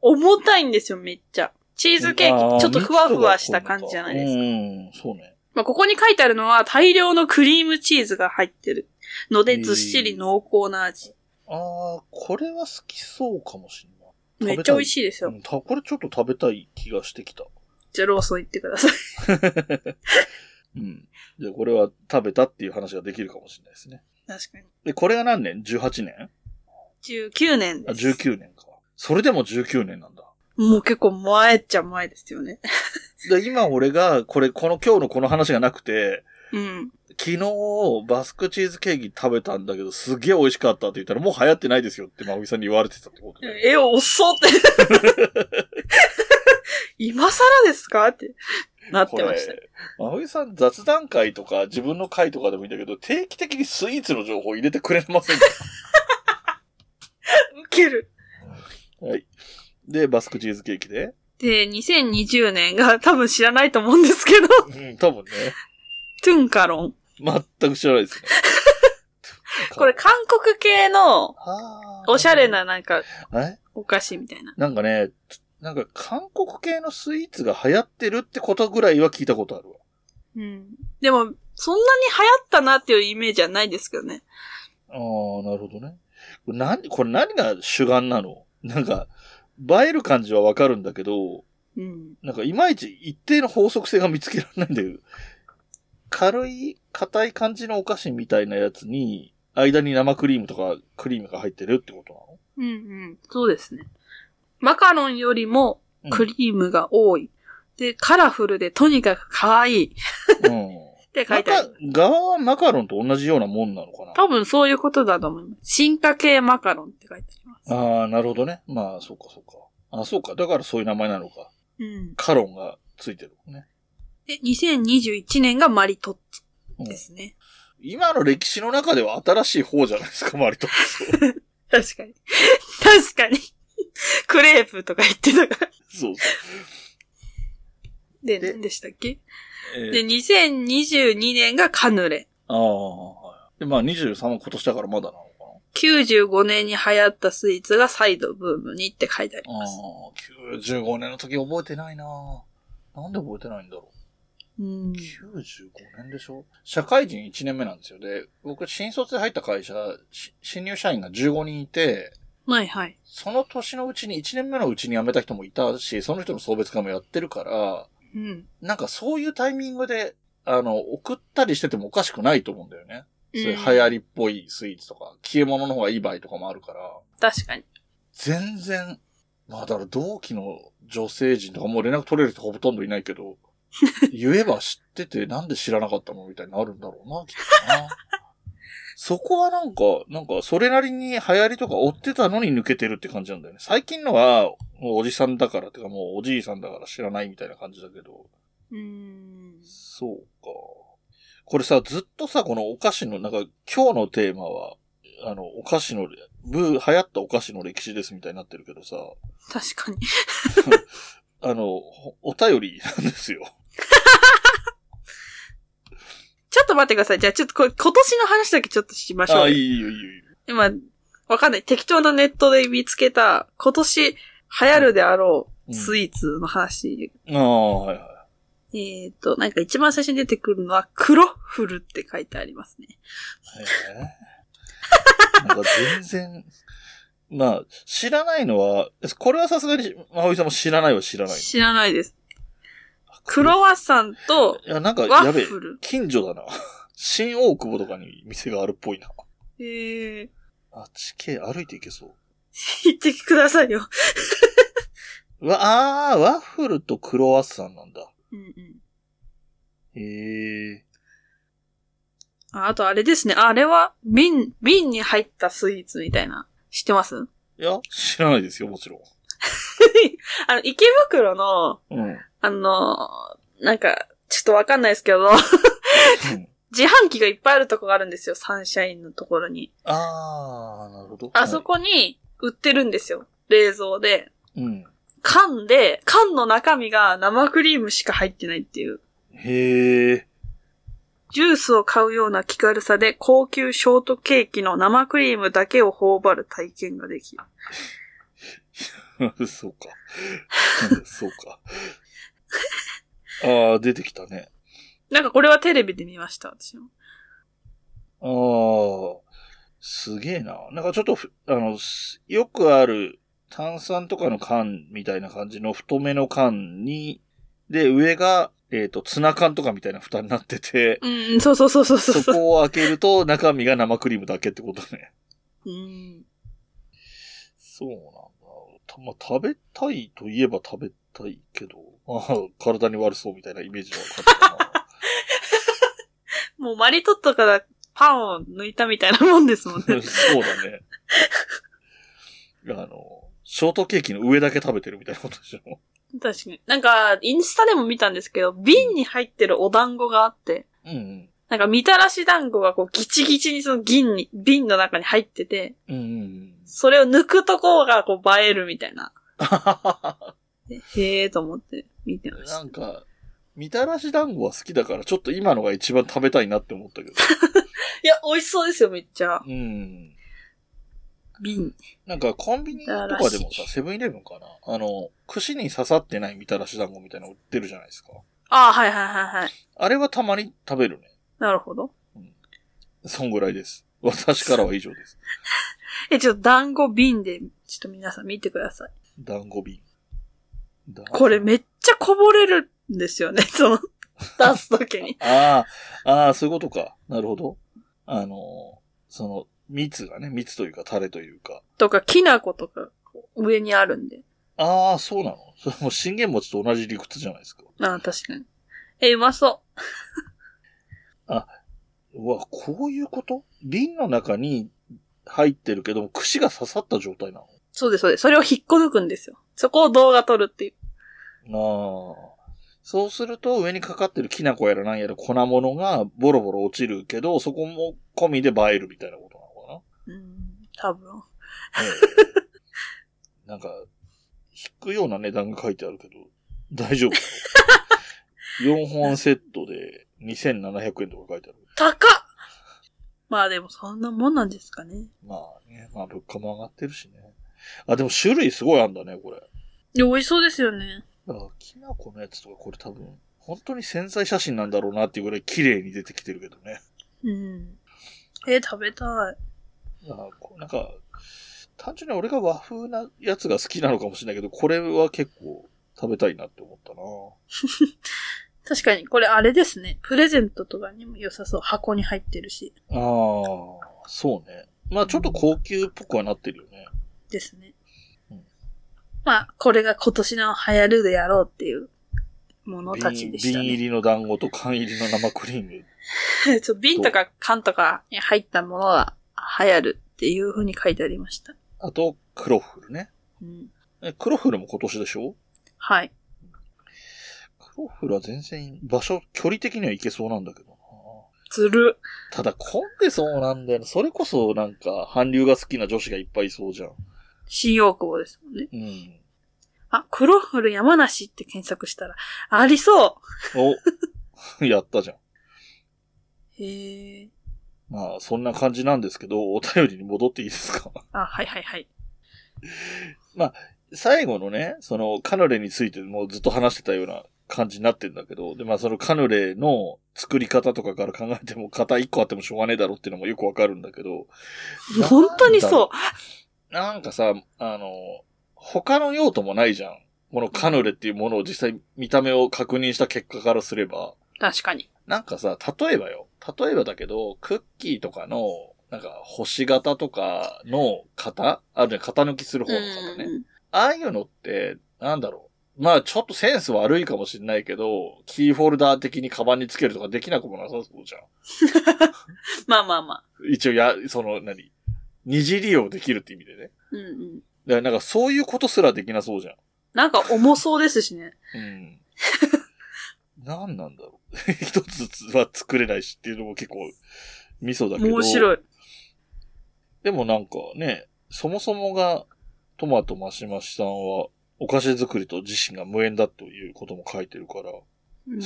B: 重たいんですよ、めっちゃ。チーズケーキ
A: あ
B: ってちょっとふわふわした感じじゃないですか。
A: うん、そうね。
B: まあ、ここに書いてあるのは大量のクリームチーズが入ってるので、ずっしり濃厚な味。
A: あー、これは好きそうかもしれべた
B: め
A: い
B: っちゃ美味しいですよ。
A: ない。うん、たこれちょっと食べたい気がしてきた。
B: じゃあローソン行ってください。
A: うん。じゃあこれは食べたっていう話ができるかもしれないですね。
B: 確 かに。
A: で、これが何年 ?18 年
B: 19年
A: あ、
B: です。
A: 19年か。それでも19年なんだ。
B: もう結構前っちゃ前ですよね。
A: で、今俺が、これ、この今日のこの話がなくて、
B: うん。
A: 昨日、バスクチーズケーキ食べたんだけど、すげえ美味しかったって言ったら、もう流行ってないですよって、まぐさんに言われてたってことで。
B: え、遅って。 今更ですかってなってましたよ。
A: これ。まぐさん雑談会とか、自分の会とかでもいいんだけど、定期的にスイーツの情報入れてくれませんか
B: ウケる。
A: はい。で、バスクチーズケーキで。
B: で、2020年が 多分知らないと思うんですけど、
A: うん、多分ね。
B: トゥンカロン。
A: 全く知らないですね。
B: これ、韓国系の
A: あー
B: おしゃれ。ななんか
A: え
B: お菓子みたいな。
A: なんかね、なんか韓国系のスイーツが流行ってるってことぐらいは聞いたことあるわ。
B: うん。でも、そんなに流行ったなっていうイメージはないですけどね。
A: ああ、なるほどね。これ何、これ何が主眼なのなんか、映える感じはわかるんだけど、
B: うん。
A: なんかいまいち一定の法則性が見つけられないんだけど、軽い、硬い感じのお菓子みたいなやつに、間に生クリームとかクリームが入ってるってことなの
B: うんうん。そうですね。マカロンよりもクリームが多い。で、カラフルでとにかく可愛いっ
A: うん。
B: て書
A: ないん
B: てあ
A: か
B: る。、
A: 側はマカロンと同じようなもんなのかな
B: 多分そういうことだと思います。進化系マカロンって書いてあります。
A: ああ、なるほどね。まあ、そうか、そうか。あそうか。だからそういう名前なのか。
B: うん。
A: カロンがついてるのね。
B: で、2021年がマリトッツ
A: うん
B: ォですね。
A: 今の歴史の中では新しい方じゃないですか、 割と。
B: 確かに。 確かに。クレープとか言ってたから。
A: そうそう。
B: で、
A: で
B: 何でしたっけ
A: えー
B: で、2022年がカヌレ。
A: ああ、はい。で、まあ23は今年だからまだなのか
B: 95年に流行ったスイーツが再度ブームにって書いてあり
A: な。あ
B: ます。
A: あ、95年の時覚えてないななんで覚えてないんだろ
B: うん
A: う。。95年でしょ社会人1年目なんですよ。で、僕、新卒で入った会社、し新入社員が15人いて、
B: はいはい。
A: その年のうちに、1年目のうちに辞めた人もいたし、その人の送別会もやってるから、
B: うん。
A: なんかそういうタイミングで、あの、送ったりしててもおかしくないと思うんだよね。そういう流行りっぽいスイーツとか、消え物の方がいい場合とかもあるから、
B: 確かに。
A: 全然、まあだから同期の女性陣とかもう連絡取れる人ほとんどいないけど、言えば知っててなんで知らなかったのみたいになるんだろうな、きっとな。そこはなんか、なんか、それなりに流行りとか追ってたのに抜けてるって感じなんだよね。最近のは、もうおじさんだから、てかもうおじいさんだから知らないみたいな感じだけど。
B: うん。
A: そうか。これさ、ずっとさ、このお菓子の、なんか、今日のテーマは、あの、お菓子の、ブー、流行ったお菓子の歴史ですみたいになってるけどさ、
B: 確かに。
A: あの、おお便りなんですよ。
B: ちょっと待ってください。じゃあちょっとこれ今年の話だけちょっとしましょう。
A: あ、いいよ、いいよ、いいよ。
B: 今、わかんない。適当なネットで見つけた、今年流行るであろう
A: うん
B: スイーツの話。
A: ああ、はいはい。
B: えっ、と、なんか一番最初に出てくるのは、クロッフルって書いてありますね。
A: えーなんか全然、まあ、知らないのは、これはさすがに、まおいさんも知らないは知らない。
B: 知らないです。クロワッサンと、
A: いや、なんか、
B: ワ
A: やべえ
B: ッ、フル。
A: 近所だな。新大久保とかに店があるっぽいな。
B: ええ
A: あ、地形歩いていけそう。
B: ー、言ってくださいよ。
A: うわ、あー、ワッフルとクロワッサンなんだ。
B: うんうん。
A: へえ。
B: ああとあれですね。あれは、瓶、瓶に入ったスイーツみたいな。知ってます
A: いや、知らないですよ、もちろん。
B: あの、池袋の、
A: うん。うん
B: あのーなんか、ちょっとわかんないですけど、自販機がいっぱいあるとこがあるんですよ。サンシャインのところに。
A: あー、なるほど。
B: あそこに売ってるんですよ。冷蔵で。
A: はい。うん。
B: 缶で、缶の中身が生クリームしか入ってないっていう。
A: へえ。
B: ジュースを買うような気軽さで高級ショートケーキの生クリームだけを頬張る体験ができる。
A: そうか。 うんそうか。ああ、出てきたね。
B: なんかこれはテレビで見ました、私も。
A: ああ、すげえな。なんかちょっとふ、あの、すよくある炭酸とかの缶みたいな感じの太めの缶に、で、上が、えっ、と、ツナ缶とかみたいな蓋になってて、
B: うん、そうそうそうそう そう
A: そこを開けると中身が生クリームだけってことね。
B: うん。
A: そうなんだ。たまあ、食べたいといえば食べたいけど、あ ー体に悪そうみたいなイメージはあったな。
B: もうマリトットからパンを抜いたみたいなもんですもん ね。
A: そうだね。あの、ショートケーキの上だけ食べてるみたいなことでしょ。
B: 確かに。なんか、インスタでも見たんですけど、瓶に入ってるお団子があって、
A: うん。
B: なんかみたらし団子がこうギチギチにその銀に、瓶の中に入ってて、
A: うんうん。
B: それを抜くとこがこう映えるみたいな。でへえーと思って見てまし
A: な
B: た。
A: んか、みたらし団子は好きだから、ちょっと今のが一番食べたいなって思ったけど。
B: いや、美味しそうですよ、めっちゃ。
A: うん。
B: 瓶。
A: なんか、コンビニとかでもさ、セブンイレブンかなあの、串に刺さってないみたらし団子みたいなの売ってるじゃないですか。
B: ああ、はいはいはいはい。
A: あれはたまに食べるね。
B: なるほど。
A: そんぐらいです。私からは以上です。
B: え、ちょっと団子瓶で、ちょっと皆さん見てください。
A: 団子瓶。団子
B: これめっちゃこぼれるんですよね、 その、出すときに。
A: ああ、ああ、そういうことか。なるほど。あの、その、蜜がね、蜜というか、タレというか。
B: とか、きな粉とか、上にあるんで。
A: ああ、そうなのそれも信玄餅と同じ理屈じゃないですか。
B: ああ、確かに。え、うまそう
A: わ、こういうこと瓶の中に入ってるけども、串が刺さった状態な
B: う。そうです、そうです。それを引っこ抜くんですよ。そこを動画撮るっていう。
A: のなあ。そうすると、上にかかってるきな粉やらなんやら粉物がボロボロ落ちるけど、そこも込みで映えるみたいなことなのかな
B: うん、多分。
A: ええなんか、引くような値段が書いてあるけど、大丈夫 ?4 本セットで2700円とか書いてある。
B: 高っまあでもそんなもんなんですかね。
A: まあね、まあ物価も上がってるしね。あ、でも種類すごいあんだね、これ。
B: で、美味しそうですよね。
A: だから、きな粉のやつとかこれ多分、本当に潜在写真なんだろうなっていうぐらい綺麗に出てきてるけどね。
B: うん。え、食べたい。
A: だからこうなんか、単純に俺が和風なやつが好きなのかもしれないけど、これは結構食べたいなって思ったな
B: 確かに、これあれですね。プレゼントとかにも良さそう。箱に入ってるし。
A: ああ、そうね。まあちょっと高級っぽくはなってるよね。
B: ですね
A: うん。
B: まあ、これが今年の流行るでやろうっていうものたち
A: 瓶
B: でした
A: 瓶入
B: ね。
A: りの団子と缶入りの生クリーム。
B: 瓶 そう瓶とか缶とかに入ったものが流行るっていう風に書いてありました。
A: あと、クロッフルね。
B: うん。
A: えクロッフルも今年でしょ
B: はい。
A: クロッフルは全然場所、距離的には行けそうなんだけどな。
B: ずる。
A: ただ混んでそうなんだよな。それこそなんか、韓流が好きな女子がいっぱいいそうじゃん。
B: 新大久保ですもんね。
A: うん。
B: あ、クロッフル山梨って検索したら、ありそ
A: お、 やったじゃん。
B: うへえ。
A: まあ、そんな感じなんですけど、お便りに戻っていいですか
B: あ、はいはいはい。
A: 最後のね、その、カヌレについてもうずっと話してたような感じになってんだけど、で、まあそのカヌレの作り方とかから考えても、型1個あってもしょうがねえだろっていうのもよくわかるんだけど、なんだ
B: 本当にそう。
A: なんかさ、あの、他の用途もないじゃん。このカヌレっていうものを実際見た目を確認した結果からすれば。
B: 確かに。
A: なんかさ、例えばよ。例えばだけど、クッキーとかの、なんか星型とかの型あるじゃん。型抜きする方の型ね。
B: うん
A: ああいうのって、なんだろう。まあちょっとセンス悪いかもしれないけど、キーホルダー的にカバンにつけるとかできなくもなさそうじゃん。
B: まあまあまあ。
A: 一応や、その、何二次利用できるって意味でね。
B: うんうん。
A: だからなんかそういうことすらできなそうじゃん。
B: なんか重そうですしね。
A: うん。 何なんだろう。 一つずつは作れないしっていうのも結構、ミソだけど。
B: 面白
A: い。
B: い。
A: でもなんかね、そもそもが、トマトマシマシさんは、お菓子作りと自身が無縁だということも書いてるから。
B: うん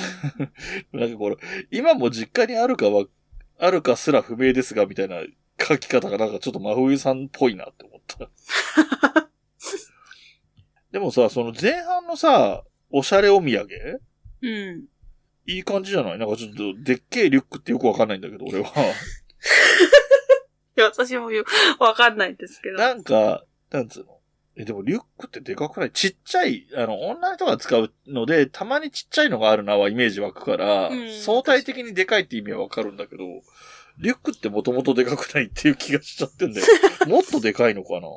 A: なんかこれ、今も実家にあるかは、あるかすら不明ですが、みたいな書き方がなんかちょっと真冬さんっぽいなって思った。でもさ、その前半のさ、おしゃれお土産
B: うん。
A: いい感じじゃないなんかちょっと、でっけえリュックってよくわかんないんだけど、俺は。
B: いや、私もよわかんないですけど。
A: なんか、なんつうのえ、でもリュックってでかくないちっちゃい、あの、オンラインとか使うので、たまにちっちゃいのがあるなはイメージ湧くから、
B: うん
A: 相対的にでかいって意味はわかるんだけど、リュックってもともとでかくないっていう気がしちゃってん だよ。もっとでかいのかな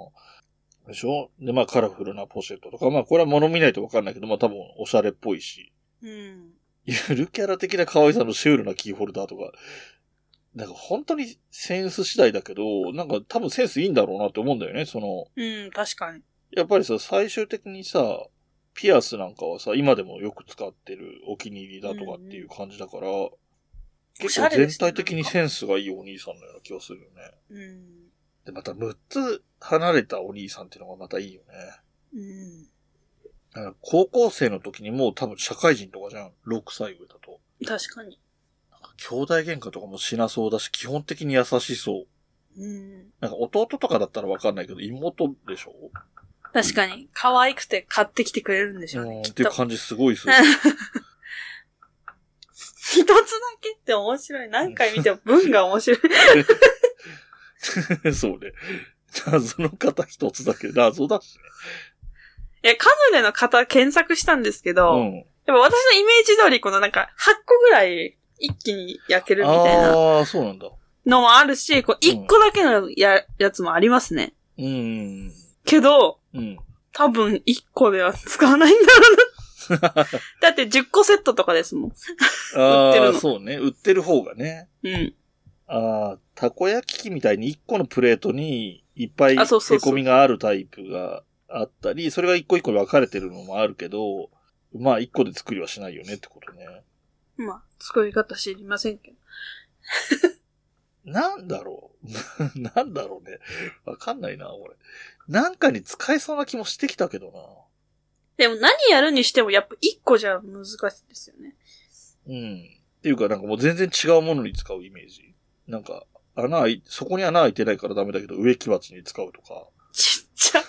A: でしょで、まあカラフルなポシェットとか、まあこれは物見ないとわかんないけど、まあ多分おしゃれっぽいし。
B: うん。
A: ゆるキャラ的な可愛さのシュールなキーホルダーとか、なんか本当にセンス次第だけど、なんか多分センスいいんだろうなって思うんだよね。その、
B: うん、確かに。
A: やっぱりさ、最終的にさ、ピアスなんかはさ、今でもよく使ってるお気に入りだとかっていう感じだから、結構全体的にセンスがいいお兄さんのような気がするよね。
B: うん。
A: で、また6つ離れたお兄さんっていうのがまたいいよね。
B: うん。
A: だから高校生の時にもう多分社会人とかじゃん。6歳上だと。
B: 確かに。
A: 兄弟喧嘩とかもしなそうだし、基本的に優しそう。
B: うん。
A: なんか弟とかだったらわかんないけど、妹でしょ
B: 確かに。可愛くて買ってきてくれるんでしょう
A: う
B: ね、
A: ん
B: きっ
A: っていう
B: と。
A: 感じすごいする。
B: 一つだけって面白い。何回見ても文が面白い。
A: そうね。謎の方一つだけ謎だし。
B: いや、カヌレの型検索したんですけ
A: う
B: ど、
A: ん。
B: でも私のイメージ通り、このなんか8個ぐらい一気に焼けるみたいな
A: ああ、そうなんだ。
B: のもあるし、こう、一個だけのや、やつもありますね。
A: うん。
B: けど、
A: うん。
B: 多分一個では使わないんだろう な。だって10個セットとかですもん。売って
A: あ
B: る
A: あ、
B: の
A: そうね。売ってる方がね。
B: うん。
A: ああ、たこ焼き器みたいに1個のプレートにいっぱいへ
B: あそうそうそう
A: こみがあるタイプがあったり、それが1個1個に分かれてるのもあるけど、まあ1個で作りはしないよねってことね。
B: まあ、作り方知りませんけど。
A: なんだろう なんだろうね。わかんないな、これ。なんかに使えそうな気もしてきたけど
B: でも何やるにしてもやっぱ一個じゃ難しいですよね。
A: な。うん。っていうか、なんかもう全然違うものに使うイメージ。なんか、穴開い、そこに穴開いてないからダメだけど、植木鉢に使うとか、
B: ちっちゃ。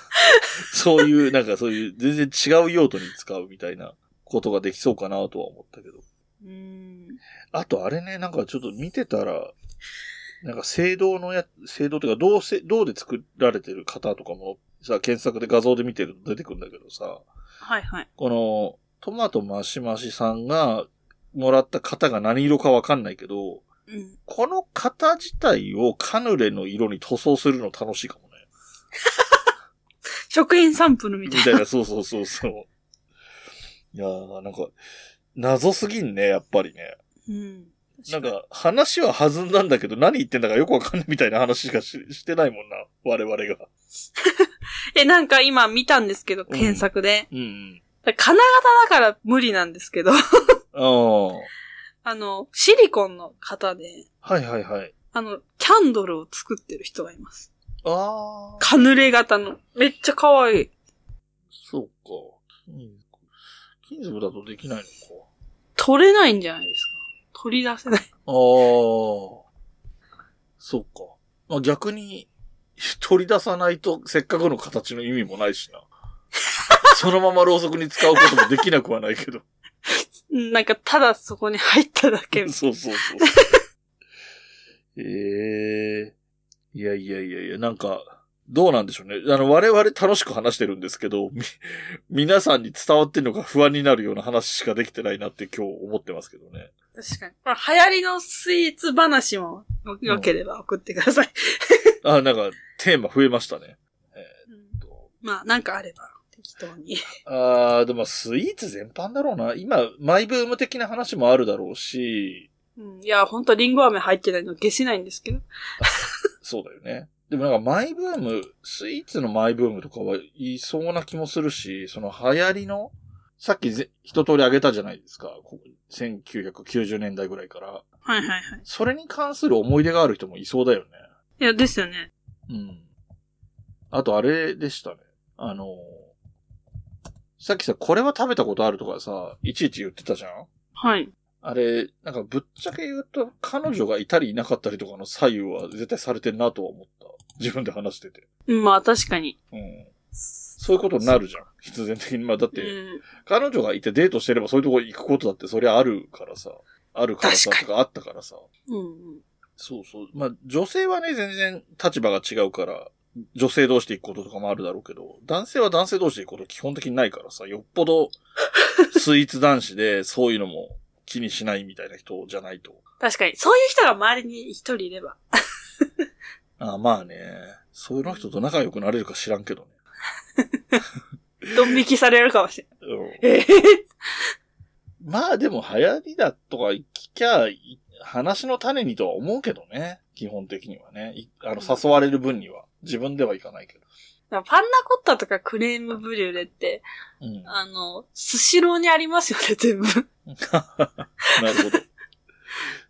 A: そういう、なんかそういう、全然違う用途に使うみたいなことができそうかなとは思ったけど。
B: うーん。
A: あとあれね、なんかちょっと見てたら、なんか聖堂のや、聖堂っていうか、銅せ、銅で作られてる方とかも、さ、検索で画像で見てると出てくるんだけどさ、
B: はいはい。
A: この、トマトマシマシさんがもらった型が何色かわかんないけど、
B: うん。
A: この型自体をカヌレの色に塗装するの楽しいかもね。
B: 食品サンプルみ
A: み
B: たい
A: た
B: な。
A: いな、そうそうそうそう。いやー、なんか、謎すぎんね、やっぱりね。
B: うん。
A: なんか、話は弾んだんだけど、何言ってんだかよくわかんないみたいな話しかししてないもんな、我々が。
B: え、なんか今見たんですけど、
A: ん
B: 検索で。
A: うんうん。
B: 金型だから無理なんですけど、
A: ああ。は
B: あの、シリコンの型で、
A: いはいはい。
B: あの、キャンドルを作ってる人がいます。
A: ああ。
B: カヌレ型の。めっちゃ可愛い。
A: そうか。金属。金属だとできないのか。
B: 取れないんじゃないですか。取り出せない。
A: ああ。そうか。まあ、逆に、取り出さないと、せっかくの形の意味もないしな。そのままろうそくに使うこともできなくはないけど。
B: うん なんか、ただそこに入っただ け。
A: そうそうそう。ええいやいやいやいや、なんか、どうなんでしょうね。あの、我々楽しく話してるんですけど、み、皆さんに伝わってるのか不安になるような話しかできてないなって今日思ってますけどね。
B: 確かに。まあ、流行りのスイーツ話も、よければ送ってください。
A: あ、なんか、テーマ増えましたね。
B: うんまあ、なんかあれば、適当に。
A: あー、でもスイーツ全般だろうな。今、マイブーム的な話もあるだろうし、
B: うん、いや、ほんとリンゴ飴入ってないの消せないんですけど。
A: そうだよね。でもなんかマイブーム、スイーツのマイブームとかはいそうな気もするし、その流行りの、さっきぜ一通り挙げたじゃないですか。こ1990年代ぐらいから。
B: はいはいはい。
A: それに関する思い出がある人もいそうだよね。
B: いや、ですよね。
A: うん。あとあれでしたね。あの、さっきさ、これは食べたことあるとかさ、いちいち言ってたじゃん
B: はい。
A: あれ、なんかぶっちゃけ言うと、彼女がいたりいなかったりとかの左右は絶対されてんなとは思った。自分で話してて。
B: うん、まあ、確かに。
A: うん。そういうことになるじゃん。必然的に。まあだっ
B: う
A: て、
B: ん。
A: 彼女がいてデートしてればそういうとこ行くことだってそりゃあるからさ。あるからさ、
B: 確か
A: とかあったからさ。
B: うん。
A: そうそう。まあ女性はね、全然立場が違うから、女性同士で行くこととかもあるだろうけど、男性は男性同士で行くこと基本的にないからさ、よっぽどスイーツ男子でそういうのも気にしないみたいな人じゃないと。
B: 確かに。そういう人が周りに一人いれ ば。
A: あまあね、そういうの人と仲良くなれるか知らんけどね。
B: ドン引きされるかもし
A: うん
B: れない。え
A: まあでも流行りだとか聞きゃい、話の種にとは思うけどね。基本的にはね。いあの、誘われる分には。自分ではいかないけど。
B: パンナコッタとかクレームブリュレって、
A: うん。な
B: あの、スシローにありますよね、全部。
A: るほ ど。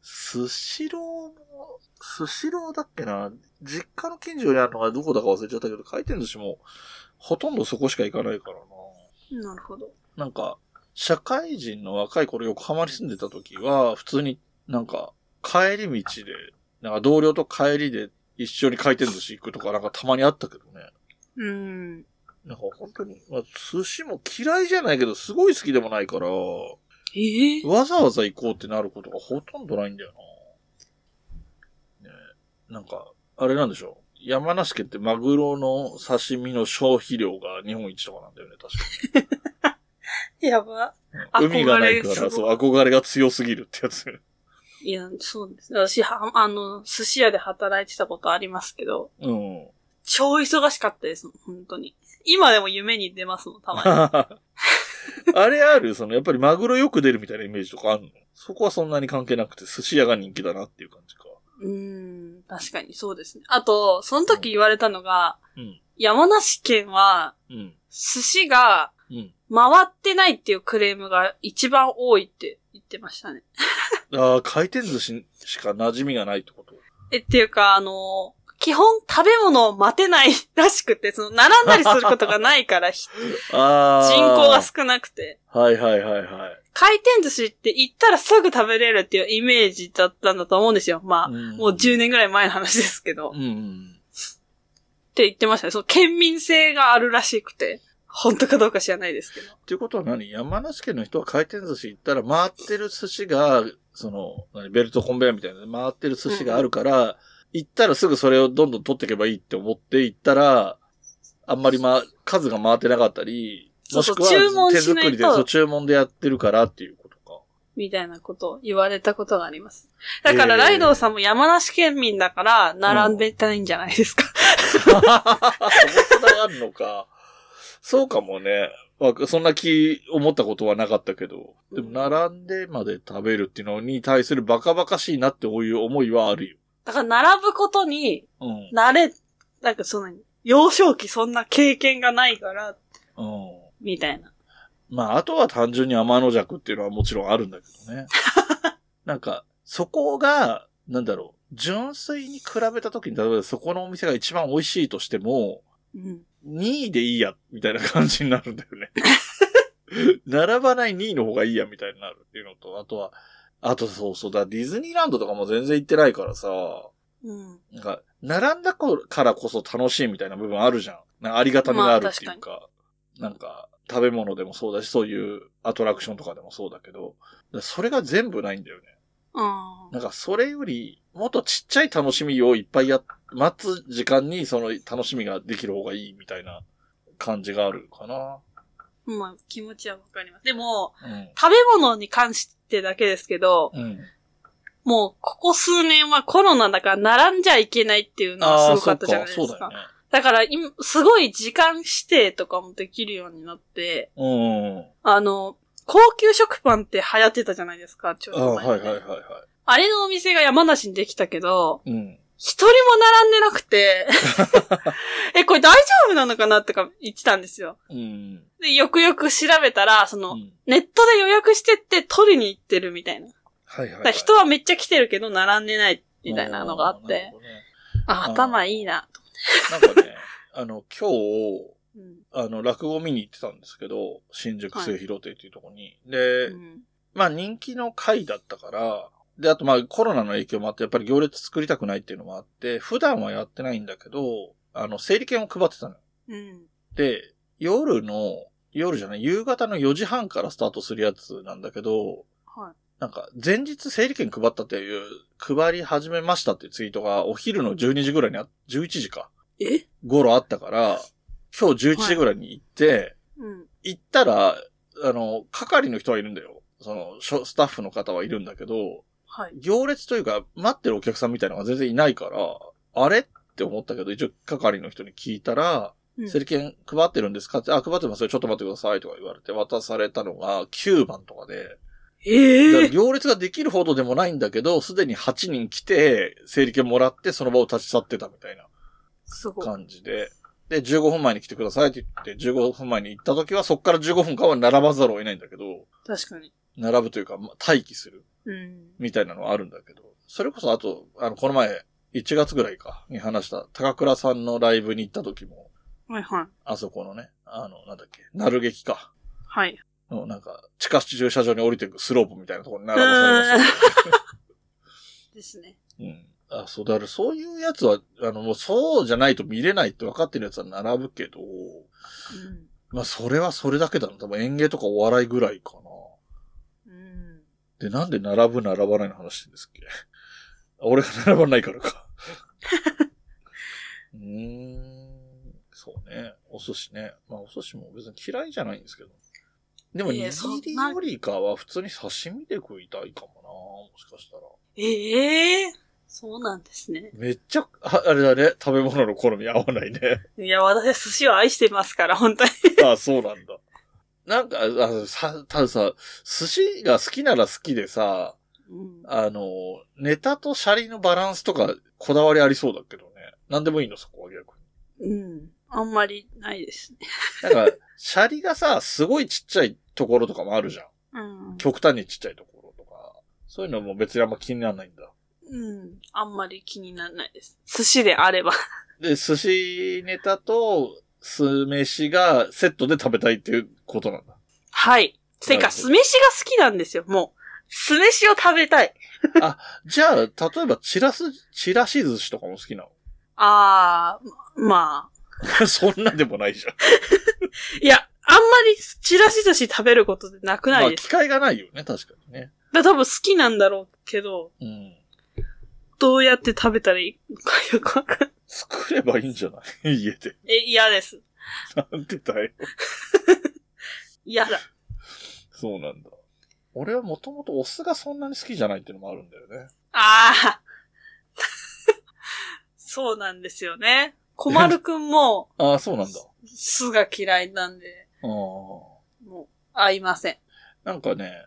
A: スシローも、スシローだっけな実家の近所にあるのがどこだか忘れちゃったけど、回転寿司も、ほとんどそこしか行かないからな。
B: なるほど。
A: なんか、社会人の若い頃横浜に住んでた時は、普通になんか、帰り道で、なんか同僚と帰りで一緒に回転寿司行くとかなんかたまにあったけどね。
B: うん。
A: なんか本当に、まあ、寿司も嫌いじゃないけど、すごい好きでもないから、
B: ええ
A: わざわざ行こうってなることがほとんどないんだよな。ねえなんか、あれなんでしょう。山梨県ってマグロの刺身の消費量が日本一とかなんだよね、確か
B: やば。
A: 海がないか
B: 憧れす
A: ら、そ
B: ご
A: う、憧れが強すぎるってやつ。
B: いや、そうですね。私、はあの、寿司屋で働いてたことありますけど、
A: うん。
B: 超忙しかったですもん、本当に。今でも夢に出ますもん、たまに。
A: あれあるその、やっぱりマグロよく出るみたいなイメージとかあるのそこはそんなに関係なくて、寿司屋が人気だなっていう感じか。
B: うーん、確かにそうですね。あと、その時言われたのが、
A: うん
B: 山梨県は、
A: うん。
B: 寿司が
A: うん。
B: 回ってないっていうクレームが一番多いって言ってましたね。
A: ああ、回転寿司しか馴染みがないってこと
B: え、っていうか、あの、基本食べ物を待てないらしくて、その、並んだりすることがない から、ひ
A: ああ。
B: 人口が少なくて。
A: はいはいはいはい。
B: 回転寿司って行ったらすぐ食べれるっていうイメージだったんだと思うんですよ。まあ、
A: うん
B: もう10年ぐらい前の話ですけど。っ
A: うんうん。
B: て言ってましたね。その県民性があるらしくて。本当かどうか知らないですけど。
A: っていうことは何山梨県の人は回転寿司行ったら回ってる寿司が、その、何ベルトコンベヤーみたいなので回ってる寿司があるから、行ったらすぐそれをどんどん取っていけばいいって思って行ったら、あんまりま、数が回ってなかったり、
B: そう
A: も
B: そ
A: し
B: う
A: くは手
B: 注文し
A: 作
B: ないと
A: りで、そう、注文でやってるからっていうことか。
B: みたいなことを言われたことがあります。だから、
A: えー
B: ライドウさんも山梨県民だから、並んでたいんじゃないです か。
A: そんなあるのか。そうかもね。わそんな気、思ったことはなかったけど。でも、並んでまで食べるっていうのに対するバカバカしいなってこういう思いはあるよ。
B: だから、並ぶことに、
A: うん。
B: 慣れ、なんかその、幼少期そんな経験がないから、
A: うん。
B: みたいな。
A: まあ、あとは単純に天の弱っていうのはもちろんあるんだけどね。なんか、そこが、なんだろう、純粋に比べた時に、例えばそこのお店が一番美味しいとしても、
B: うん。
A: 2位でいいや、みたいな感じになるんだよね。並ばない2位の方がいいや、みたいになるっていうのと、あとは、あとそうそうだ、ディズニーランドとかも全然行ってないからさ、
B: うん。
A: なんか、並んだからこそ楽しいみたいな部分あるじゃん。なんかありがたみがあるっていうか。なんか、食べ物でもそうだし、そういうアトラクションとかでもそうだけど、それが全部ないんだよね。
B: うん。
A: なんか、それより、もっとちっちゃい楽しみをいっぱいやっ、待つ時間にその楽しみができる方がいいみたいな感じがあるかな。
B: まあ、気持ちはわかります。でも、
A: うん。
B: 食べ物に関してだけですけど、
A: うん。
B: もう、ここ数年はコロナだから並んじゃいけないっていうの
A: あ
B: はすご
A: あ、そ
B: か
A: う
B: ったじゃな
A: か、
B: いです
A: そ
B: か。
A: うだよね。
B: だから、今、すごい時間指定とかもできるようになって、
A: うん。
B: あの、高級食パンって流行ってたじゃないですか、ちょっ
A: あ
B: と
A: あ、
B: 前
A: はいはいはい
B: い。
A: は
B: あれのお店が山梨にできたけど、
A: い。うん。
B: 一人も並んでなく て、え、これ大丈夫なのかなってか言ってたんですよ。
A: うん。
B: で、よくよく調べたら、その、
A: うん
B: ネットで予約してって取りに行ってるみたいな。だ
A: はいはい、
B: か
A: は
B: ら
A: い。
B: 人はめっちゃ来てるけど並んでないみたいなのがあっ
A: うん。なる
B: て
A: ほ、どね
B: あ、
A: ー
B: 頭いいなと。
A: なんかね、 あの、今日、
B: うん
A: あの、落語見に行ってたんですけど、新宿末広亭っていうとこに。で、
B: うん
A: まあ人気の回だったから、で、あとまあコロナの影響もあって、やっぱり行列作りたくないっていうのもあって、普段はやってないんだけど、あの、整理券を配ってたのよ。
B: うん。
A: で、夜の、夜じゃない、夕方の4時半からスタートするやつなんだけど、
B: はい。
A: なんか、前日整理券配ったっていう、配り始めましたっていうツイートが、お昼の12時ぐらいにあ、11時か。
B: え
A: 頃あったから、今日11時ぐらいに行って、
B: うん。
A: 行ったら、あの、係の人はいるんだよ。その、しょスタッフの方はいるんだけど、
B: はい。
A: 行列というか、待ってるお客さんみたいなのが全然いないから、あれって思ったけど、一応係の人に聞いたら、
B: うん
A: 整理券配ってるんですかって、あ、配ってますよ、ちょっと待ってくださいとか言われて渡されたのが9番とかで、だから
B: ええ
A: 行列ができるほどでもないんだけど、すでに8人来て、整理券もらって、その場を立ち去ってたみたいな。
B: すごい。
A: 感じで。で、15分前に来てくださいって言って、15分前に行った時は、そっから15分間は並ばざるを得ないんだけど、
B: 確かに。
A: 並ぶというか、まあ待機する
B: うん。
A: みたいなのはあるんだけど、それこそあと、あの、この前、1月ぐらいか、に話した、高倉さんのライブに行った時も、
B: はいはい。
A: あそこのね、あの、なんだっけ、なる劇か、
B: はい。
A: の、なんか、地下駐車場に降りてくスロープみたいなところに並ばされましたけど、
B: ですね。
A: うん。あ、そう、だからそういうやつは、あの、もうそうじゃないと見れないって分かってるやつは並ぶけど、まあ、それはそれだけだな。多分演芸とかお笑いぐらいか
B: うん。うん。
A: な。で、なんで並ぶ、並ばないの話してんですっけ 俺が並ばないか らか。うーん。そうね。お寿司ね。まあ、お寿司も別に嫌いじゃないんですけど。でも、
B: いやそん
A: 握
B: な
A: りよりかは普通に刺身で食いたいかもな。もしかしたら。
B: ええそうなんですね。
A: めっちゃ、ああれだね、食べ物の好み合わな いね。
B: いや、私は寿司を愛してますから、本当に。
A: あそうなんだ。なんか、あさ、たださ、寿司が好きなら好きでさ、
B: うん
A: あの、ネタとシャリのバランスとか、こだわりありそうだけどね。なんでもいいの、そこは逆に。
B: うん。あんまりないですね。
A: なんか、シャリがさ、すごいちっちゃいところとかもあるじゃん。
B: うん。
A: 極端にちっちゃいところとか。そういうのも別にあんま気にならないんだ。
B: うん。あんまり気にならないです。寿司であれば。
A: で、寿司ネタと酢飯がセットで食べたいっていうことなんだ。
B: はい。て
A: なる
B: か、
A: ほど
B: 酢飯が好きなんですよ、もう。酢飯を食べたい。
A: じゃあ、例えば、チラス、チラシ寿司とかも好きな
B: あー、まあ。
A: の そんなでもないじゃん。
B: いや、あんまりチラシ寿司食べることでなく な
A: ま
B: い
A: あ、
B: で
A: 機
B: す。
A: 会がないよね、確かにね。
B: だから多分好きなんだろうけど、
A: うん。
B: どうやって食べたらいいのかよくわかんない。
A: 作ればいいんじゃない 家で。
B: え、嫌です。
A: なんてだよ。
B: 嫌だ。
A: そうなんだ。俺はもともとお酢がそんなに好きじゃないっていうのもあるんだよね。
B: ああ。 そうなんですよ ね。小丸くんも
A: ああ、そうなんだ。
B: 酢が嫌いなんで、
A: あ
B: もう合いません。
A: あ。なんかね、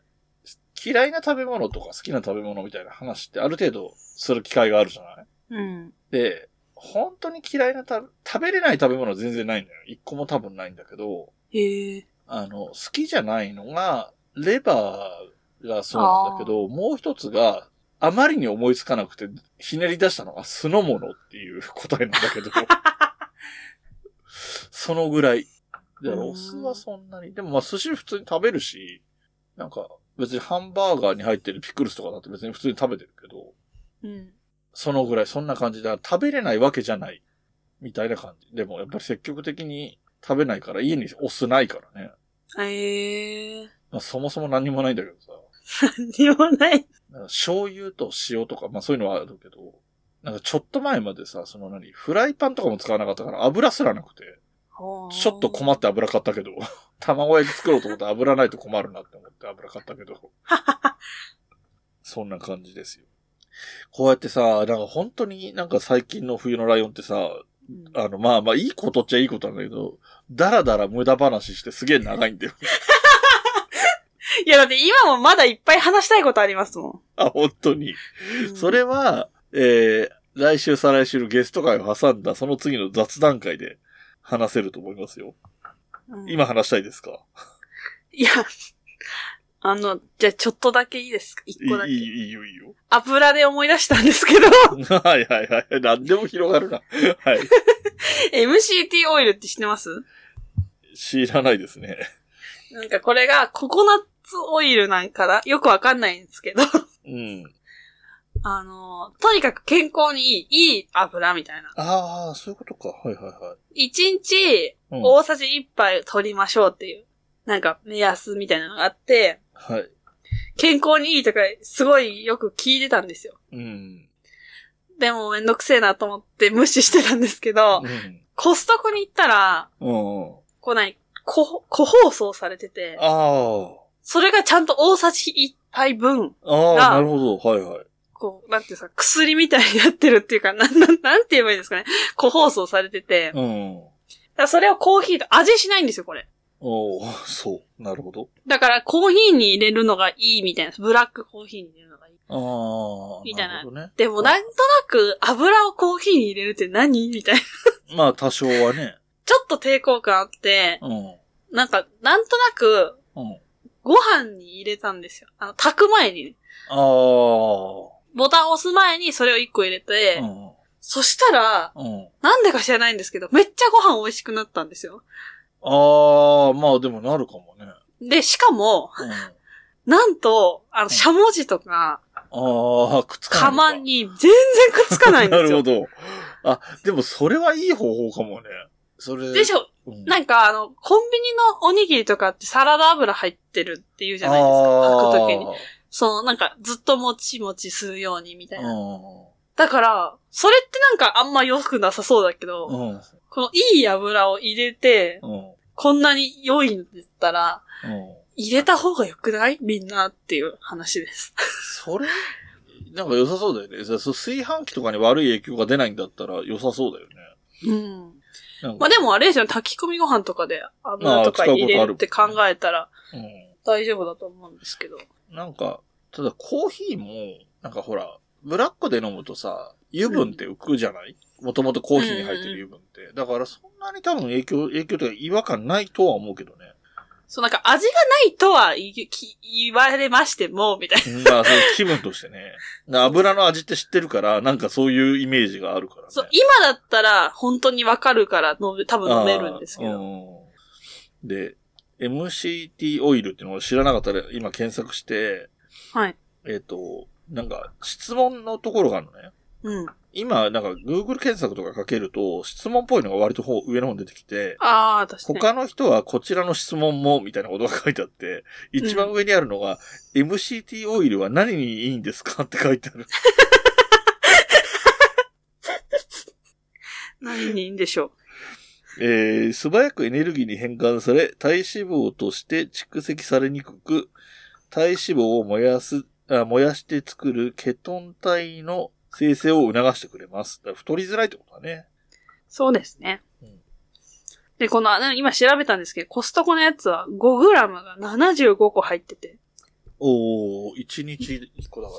A: 嫌いな食べ物とか好きな食べ物みたいな話ってある程度する機会があるじゃない
B: うん。
A: で、本当に嫌いな食べ、食べれない食べ物は全然ないんだよ。一個も多分ないんだけど、
B: へえ。
A: あの、好きじゃないのが、レバーがそうなんだけど、もう一つが、あまりに思いつかなくて、ひねり出したのが酢の物っていう 答えなんだけど、そのぐらい。だから
B: うん
A: お酢はそんなに、でもまあ寿司普通に食べるし、なんか別にハンバーガーに入ってるピクルスとかだって別に普通に食べてるけど、
B: うん。
A: そのぐらい、そんな感じで、食べれないわけじゃない。みたいな感じ。でも、やっぱり積極的に食べないから、家にお酢ないからね。
B: ええ。
A: まあ、そもそも何にもないんだけどさ。
B: 何もない。
A: なんか醤油と塩とか、まあそういうのはあるけど、なんかちょっと前までさ、その何、フライパンとかも使わなかったから、油すらなくて、ち
B: ち
A: ょっと困って油買ったけど、 卵焼き作ろうと思って油ないと困るなって思って油買ったけど。そんな感じですよ。こうやってさ、なんか本当になんか最近の冬のライオンってさ、あの、まあまあ、いいことっちゃいいことなんだけど、だらだら無駄話してすげえ長いんだよ。
B: いや、だって今もまだいっぱい話したいことありますも
A: あ、本当に。
B: ん。
A: それは、えー、来週再来週のゲスト会を挟んだ、その次の雑談会で話せると思いますよ。
B: うん、
A: 今話したいですか
B: いや、あの、じゃあちょっとだけいいですか一
A: いい
B: 個だけ。
A: いいいいよ、いいよ。
B: 油で思い出したんですけど、
A: はいはいはい。何でも広がるな。 はい。
B: MCT オイルって知ってます
A: 知らないですね。
B: なんかこれがココナッツオイルなんかなよくわかんないんですけど、
A: うん。
B: あの、とにかく健康にいい、いい油みたいな。
A: ああ、そういうことか。はいはいはい。
B: 一日
A: うん、
B: 大さじ一杯取りましょうっていう、なんか目安みたいなのがあって、
A: はい。
B: 健康にいいとかすごいよく聞いてたんですよ。
A: うん。
B: でもめんどくせえなと思って無視してたんですけど、
A: うん。
B: コストコに行ったら、
A: うんうん。
B: こうない、個個包装されてて、
A: あ
B: それがちゃんと大さじ一杯分、
A: あ。ああ、
B: が
A: なるほど。はいはい。
B: こう、なんていうんですか、薬みたいになってるっていうか、なん、なん、なんて言えばいいんですかね。個包装されてて。だか
A: うん。
B: らそれをコーヒーと味しないんですよ、これ。
A: おおそう。なるほど。
B: だからコーヒーに入れるのがいいみたいな。ブラックコーヒーに入れるのがいい。
A: ああ。
B: みたいな
A: るほどね。
B: でもなんとなく油をコーヒーに入れるって何みたいな。
A: まあ、多少はね。
B: ちょっと抵抗感あって、
A: うん。
B: なんか、なんとなく
A: うん。
B: ご飯に入れたんですよ。あの、炊く前にね、
A: ああ。
B: ボタン押す前にそれを1個入れて、
A: うん。
B: そしたら、
A: うん。
B: なんでか知らないんですけど、めっちゃご飯美味しくなったんですよ。
A: ああ、まあでもなるかもね。
B: で、しかも、
A: うん。
B: なんと、あの、
A: ん
B: しゃもじとか、
A: ああ、くっつかない
B: か
A: のか。
B: まに全然くっつかないん
A: な
B: ですよ
A: るほ。ど。あ、でもそれはいい方法かもね。それ。
B: でしょ、
A: うん
B: なんかあの、コンビニのおにぎりとかってサラダ油入ってるって言うじゃないですか。炊くときに。その、なんかずっともちもちするようにみたいな。だから、それってなんかあんま良くなさそうだけど、
A: あー
B: このいい油を入れて、
A: うん。うん。
B: こんなに良いんだったら、
A: うん。
B: 入れた方が良くないみんなっていう話です。
A: それ、なんか良さそうだよね。さそう炊飯器とかに悪い影響が出ないんだったら良さそうだよね。
B: うん。
A: なんか
B: まあでもあれですよね、炊き込みご飯とかで油とか
A: あー使うことある
B: 入れるって考えたら
A: う
B: 大丈夫だと思うんですけど。
A: ん。なんか、ただコーヒーも、なんかほら、ブラックで飲むとさ、油分って浮くじゃないもともとコーヒーに入ってる油分って。だからそんなに多分影響、影響というか違和感ないとは思うけどね。
B: そうなんか味がないとは言いき言われましても、みたいな。
A: まあ、そう いう気分としてね。な油の味って知ってるから、なんかそういうイメージがあるからね。
B: そう、今だったら本当にわかるから飲め、多分飲めるんですけ
A: あー
B: ど。
A: うんで、MCT オイルっていうのを知らなかったら今検索して、
B: はい。
A: えっ、と、なんか質問のところがあるのね。
B: うん。あ
A: 今、なんか Google 検索とかかけると、質問っぽいのが割とほう上の方に出てきて、
B: あー、確かに。
A: 他の人はこちらの質問も、みたいなことが書いてあって、一番上にあるのが、MCT オイルは何にいいんですかって書いてある。
B: 何にいいんでしょう。
A: えー素早くエネルギーに変換され、体脂肪として蓄積されにくく、体脂肪を燃やす、あ燃やして作るケトン体の生成を促してくれます。だから太りづらいってことだね。
B: そうですね
A: うん。
B: で、この、あの今調べたんですけど、コストコのやつは 5g が75個入ってて。
A: おー、1日1個だか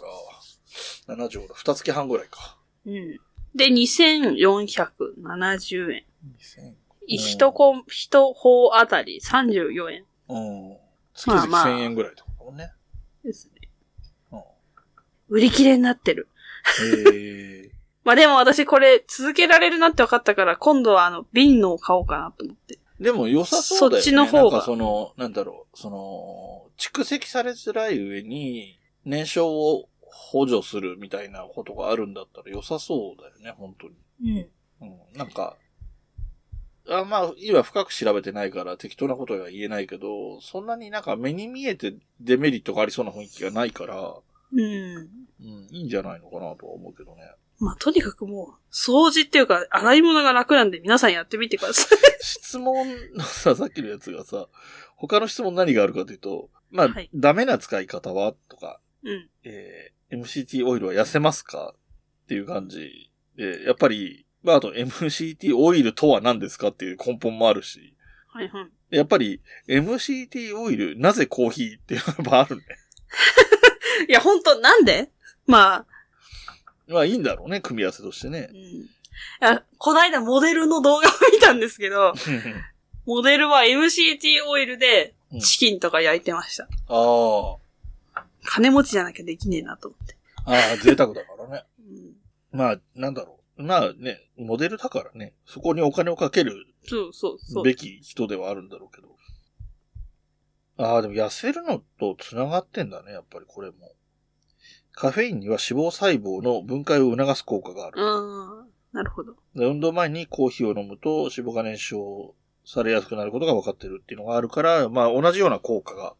A: ら、7錠だ。2月半ぐらいか。
B: うん。で、2470円。
A: 2000
B: 一コ、一方あたり34円
A: うん。月
B: まあ
A: 々
B: まあ
A: 1000円ぐらいってことだもんね。
B: ですね。
A: うん。
B: 売り切れになってる。
A: えー、
B: まあでも私これ続けられるなって分かったから、今度はあの、瓶のを買おうかなと思って。
A: でも良さそうだよね。
B: そっちの方が
A: なんかその、なんだろう、その、蓄積されづらい上に、燃焼を補助するみたいなことがあるんだったら良さそうだよね、本当に。
B: うん。
A: うん、なんか、あまあ、今深く調べてないから適当なことは言えないけど、そんなになんか目に見えてデメリットがありそうな雰囲気がないから、
B: うん。
A: うん、いいんじゃないのかなとは思うけどね。
B: まあとにかくもう、掃除っていうか、洗い物が楽なんで皆さんやってみてくださ い。
A: 質問のさ、さっきのやつがさ、他の質問何があるかというと、まあ、
B: はい
A: ダメな使い方はとか、
B: うん。
A: えー MCT オイルは痩せますかっていう感じで、やっぱり、まあ、あと MCT オイルとは何ですかっていう根本もあるし、
B: はいはい。
A: やっぱり MCT オイル、なぜコーヒーっていうのもあ るね。
B: いや、ほんと、なんでまあ、
A: まあいいんだろうね、組み合わせとしてね
B: うん。。いや、こないだモデルの動画を見たんですけど、モデルは MCT オイルで
A: うん
B: チキンとか焼いてました。
A: あ
B: 金持ちじゃなきゃできねえなと思って。
A: あ、ああ、贅沢だからね。
B: うん、
A: まあ、なんだろう。まあね、モデルだからね、そこにお金をかける
B: そうそうそう。
A: べき人ではあるんだろうけど。ああ、でも痩せるのと繋がってんだね、やっぱりこれも。カフェインには脂肪細胞の分解を促す効果がある。
B: うん。なるほど。
A: で運動前にコーヒーを飲むと脂肪が燃焼されやすくなることが分かってるっていうのがあるから、まあ同じような効果が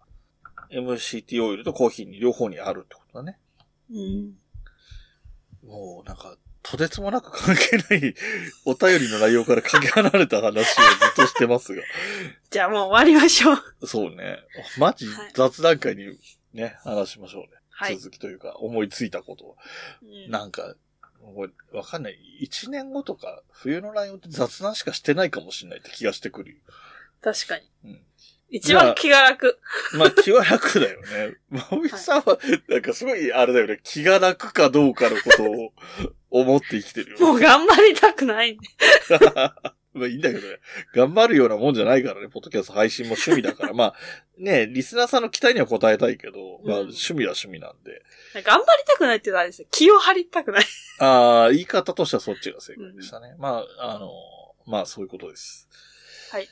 A: MCT オイルとコーヒーに両方にあるってことだね。
B: うん。
A: もうなんか、とてつもなく関係ないお便りの内容からかけ離れた話をずっとしてますが。
B: じゃあもう終わりましょう。
A: そうね。マジ
B: はい
A: 雑談会にね、話しましょうね。
B: はい。
A: 続きというか、思いついたことを。
B: うん
A: なんか、もうわかんない。一年後とか、冬のライオンって雑談しかしてないかもしれないって気がしてくるよ。
B: 確かに。
A: うん。
B: 一番気が楽。
A: まあ、気は楽だよね。まみさんは、なんかすごい、あれだよね。気が楽かどうかのこと を思って生きてる
B: も
A: よ
B: う。頑張りたくないんで。
A: まあいいんだけどね。頑張るようなもんじゃないからね、ポッドキャスト配信も趣味だから。まあ、ね、リスナーさんの期待には応えたいけど、まあ、
B: うん
A: 趣味は趣味なんで。
B: 頑張りたくないって言うのはあれですよ。気を張りたくない。
A: ああ、言い方としてはそっちが正解でしたね。まあ、あの、まあそういうことです。
B: はい。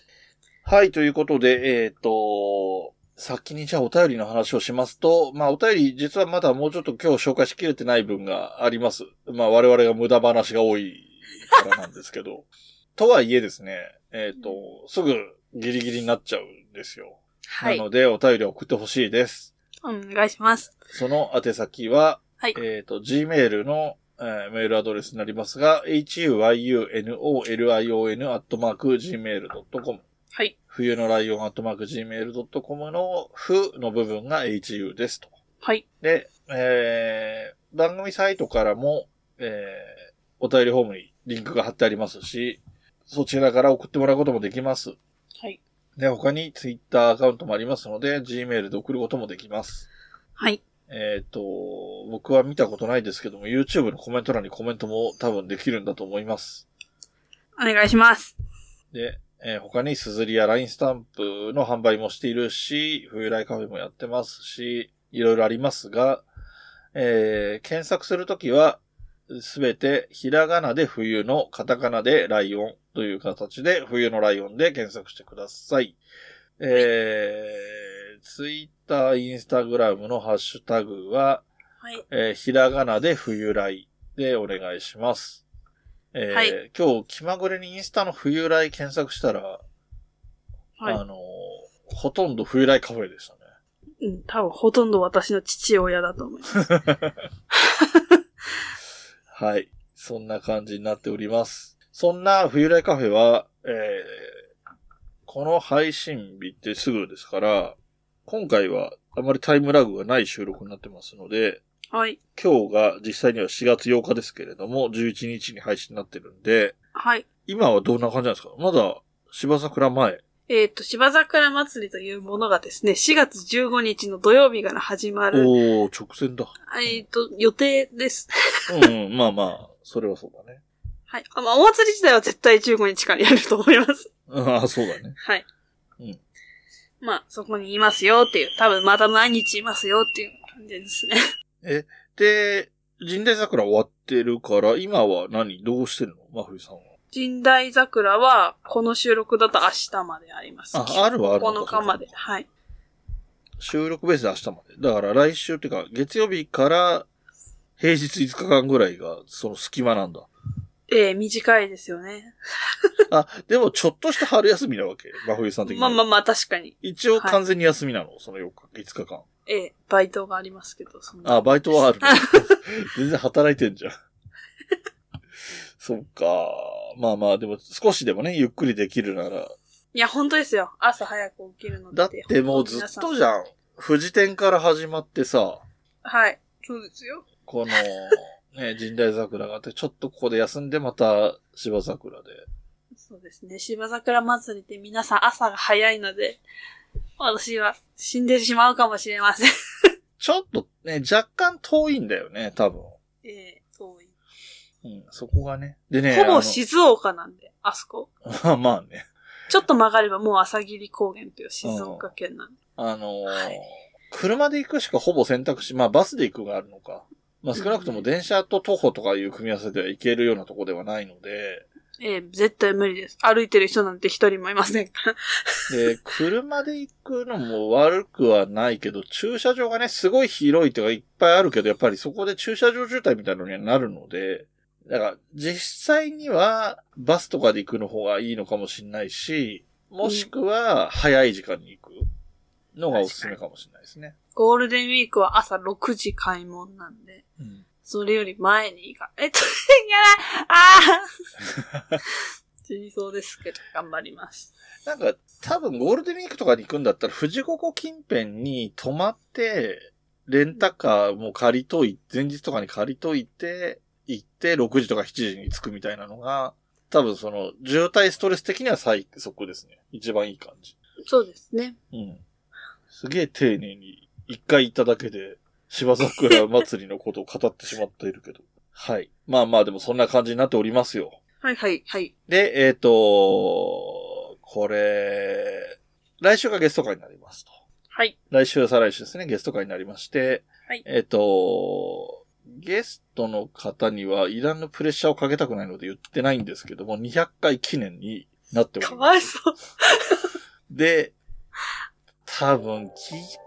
A: はい、ということで、えっ、と、先にじゃあお便りの話をしますと、まあお便り実はまだもうちょっと今日紹介しきれてない分があります。まあ我々が無駄話が多いからなんですけど。 とはいえですね、えっ、と、すぐギリギリになっちゃうんですよ。
B: は。
A: ないのでお便りを送ってほしいです。
B: お願いします。
A: その宛先は、
B: はい
A: えっ、と、gmail の、えーメールアドレスになりますが、huyunolion.gmail.com
B: はい。
A: 冬のライオン .gmail.com のふの部分が hu ですと。
B: はい。
A: で、えー、番組サイトからも、えー、お便りフォームにリンクが貼ってありますし、そちらから送ってもらうこともできます。
B: はい。
A: で、他にツイッターアカウントもありますので、Gmail で送ることもできます。
B: はい。
A: えっ、と、僕は見たことないですけども、YouTube のコメント欄にコメントも多分できるんだと思います。
B: お願いします。
A: で、えー他にすずりや LINE スタンプの販売もしているし、冬来カフェもやってますし、いろいろありますが、えー検索するときは、すべてひらがなで冬のカタカナでライオンという形で、冬のライオンで検索してください。えー、ツイッター、インスタグラムのハッシュタグは、
B: はい。
A: えーひらがなで冬来でお願いします。えー
B: はい
A: 今日気まぐれにインスタの冬来検索したら、あ
B: は
A: のーほとんど冬来カフェでしたね。
B: い。うん、多分ほとんど私の父親だと思います。
A: はい。そんな感じになっております。そんな冬来カフェは、えーこの配信日ってすぐですから、今回はあまりタイムラグがない収録になってますので、
B: はい。
A: 今日が実際には4月8日ですけれども、11日に配信になってるんで、
B: はい。
A: 今はどんな感じなんですかまだ、芝桜前。
B: えっ、と、芝桜祭りというものがですね、4月15日の土曜日から始まる、
A: おー、直線だ。
B: えっ、と、予定です。
A: うん、うん、まあまあ、それはそうだね。
B: はい。あまあ、お祭り自体は絶対15日からやると思います。
A: ああ、そうだね。
B: はい。
A: うん。
B: まあ、そこにいますよっていう、多分また何日いますよっていう感じですね。
A: で、神代桜終わってるから、今は何どうしてるの真冬さんは。
B: 神代桜は、この収録だと明日まであります。
A: あ、あるはある
B: 9
A: のか
B: 日まで。。はい。
A: 収録ベースで明日まで。だから来週っていうか、月曜日から平日5日間ぐらいが、その隙間なんだ。
B: えー、短いですよね。
A: あ、でもちょっとした春休みなわけ。真冬さん的に。
B: まあまあまあ、確かに。
A: 一応完全に休みなの、その4日、5日間。
B: えー、バイトがありますけど、そんな
A: あ、バイトはあるね。 全然働いてんじゃん。 そっか。まあまあ、でも少しでもね、ゆっくりできるなら。
B: いや、本当ですよ。朝早く起きるのって。
A: だってもうずっとじゃん。富士店から始まってさ、
B: はい。そうですよ。
A: この、ね、神代桜があって、ちょっとここで休んでまた芝桜で。
B: そうですね。芝桜祭りって皆さん朝が早いので、私は死んでしまうかもしれません。
A: ちょっとね、若干遠いんだよね、多分。
B: えー、遠い。
A: うん、そこがね。でね、
B: ほ
A: あ
B: ぼ
A: の
B: 静岡なんで、あそこ。
A: まあ まあね。
B: ちょっと曲がればもう朝霧高原という静岡県なんで。
A: あのー
B: はい
A: 車で行くしかほぼ選択肢、まあバスで行くがあるのか。まあ少なくとも電車と徒歩とかいう組み合わせでは行けるようなとこではないので、
B: えー、絶対無理です。歩いてる人なんて一人もいませんから。
A: で、車で行くのも悪くはないけど、駐車場がね、すごい広いとかいっぱいあるけど、やっぱりそこで駐車場渋滞みたいなのにはなるので、だから実際にはバスとかで行くの方がいいのかもしれないし、もしくは早い時間に行くのがおすすめかもしれないですね。
B: ゴールデンウィークは朝6時開門なんで、
A: うん
B: それより前に行か、えっ と、やら、ああ 死にそうですけど、頑張ります。
A: なんか、多分ゴールデンウィークとかに行くんだったら、富士五湖近辺に泊まって、レンタカーも借りといて、前日とかに借りといて、行って6時とか7時に着くみたいなのが、多分その、渋滞ストレス的には最速ですね。一番いい感じ。
B: そうですね。
A: うん。すげえ丁寧に、一回行っただけで、芝桜祭りのことを語ってしまっているけど。はい。まあまあでもそんな感じになっておりますよ。
B: はいはいはい。
A: で、えっ、と、これ、来週がゲスト会になりますと。
B: はい。
A: 来週、再来週ですね、ゲスト会になりまして、
B: はい
A: えっ、と、ゲストの方にはいらぬプレッシャーをかけたくないので言ってないんですけども、200回記念になっており
B: か
A: ます。
B: わいそう。
A: で、多分、聞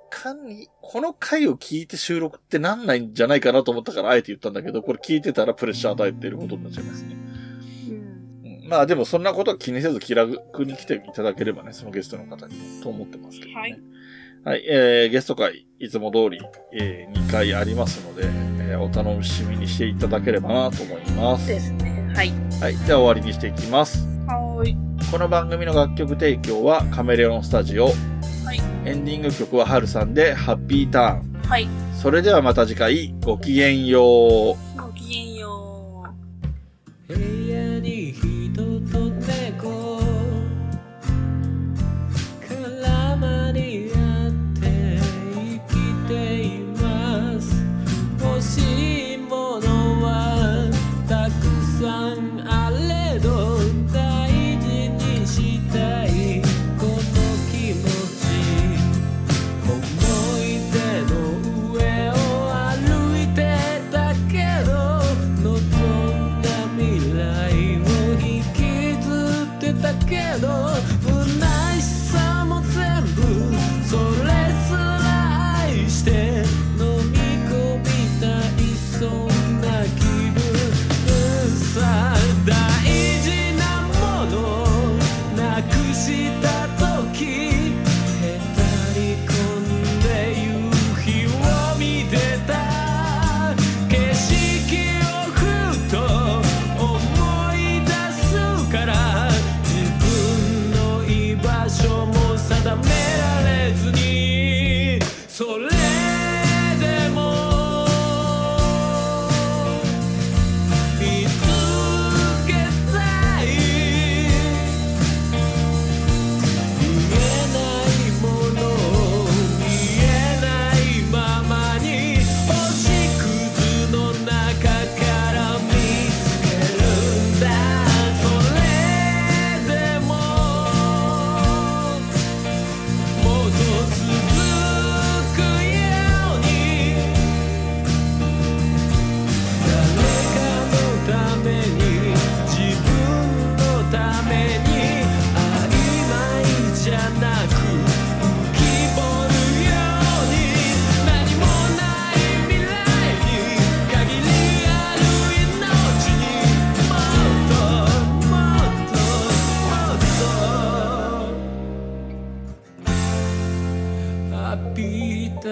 A: かに、この回を聞いて収録ってなんないんじゃないかなと思ったから、あえて言ったんだけど、これ聞いてたらプレッシャー与えてることになっちゃいますね。
B: うん。
A: うんまあでもそんなことは気にせず気楽に来ていただければね、そのゲストの方にと思ってますけどね。
B: はい。
A: はい、えー、ゲスト会、いつも通り、えー、2回ありますので、えーお楽しみにしていただければなと思います。
B: ですね。はい。
A: はい、じゃあ終わりにしていきます。
B: はーい。
A: この番組の楽曲提供はカメレオンスタジオ。
B: はい
A: エンディング曲はハルさんでハッピーターン。
B: はい。
A: それではまた次回、ごきげんよう。
B: ごきげんよう。
C: 部屋に人と猫絡まり合って生きています欲しいものはたくさんあれど大事にしたいこの気持ち「思い出の上を歩いてたけど」「望んだ未来を引きずってたけど」「不悔しさも全部それすら愛して」「飲み込みたいそんな気分さ」「大事なものなくした時」「へたり込んで夕日を見てた」「景色をふと思い出すから」「自分の居場所も定められずにそれでも」「見つけたい」「見えないもの見えないままに星屑の中から見つけるんだ」「それでももっと続くように」誰かのために自分のために曖昧じゃなく浮き彫るように何もない未来に限りある命にもっともっともっと浴びた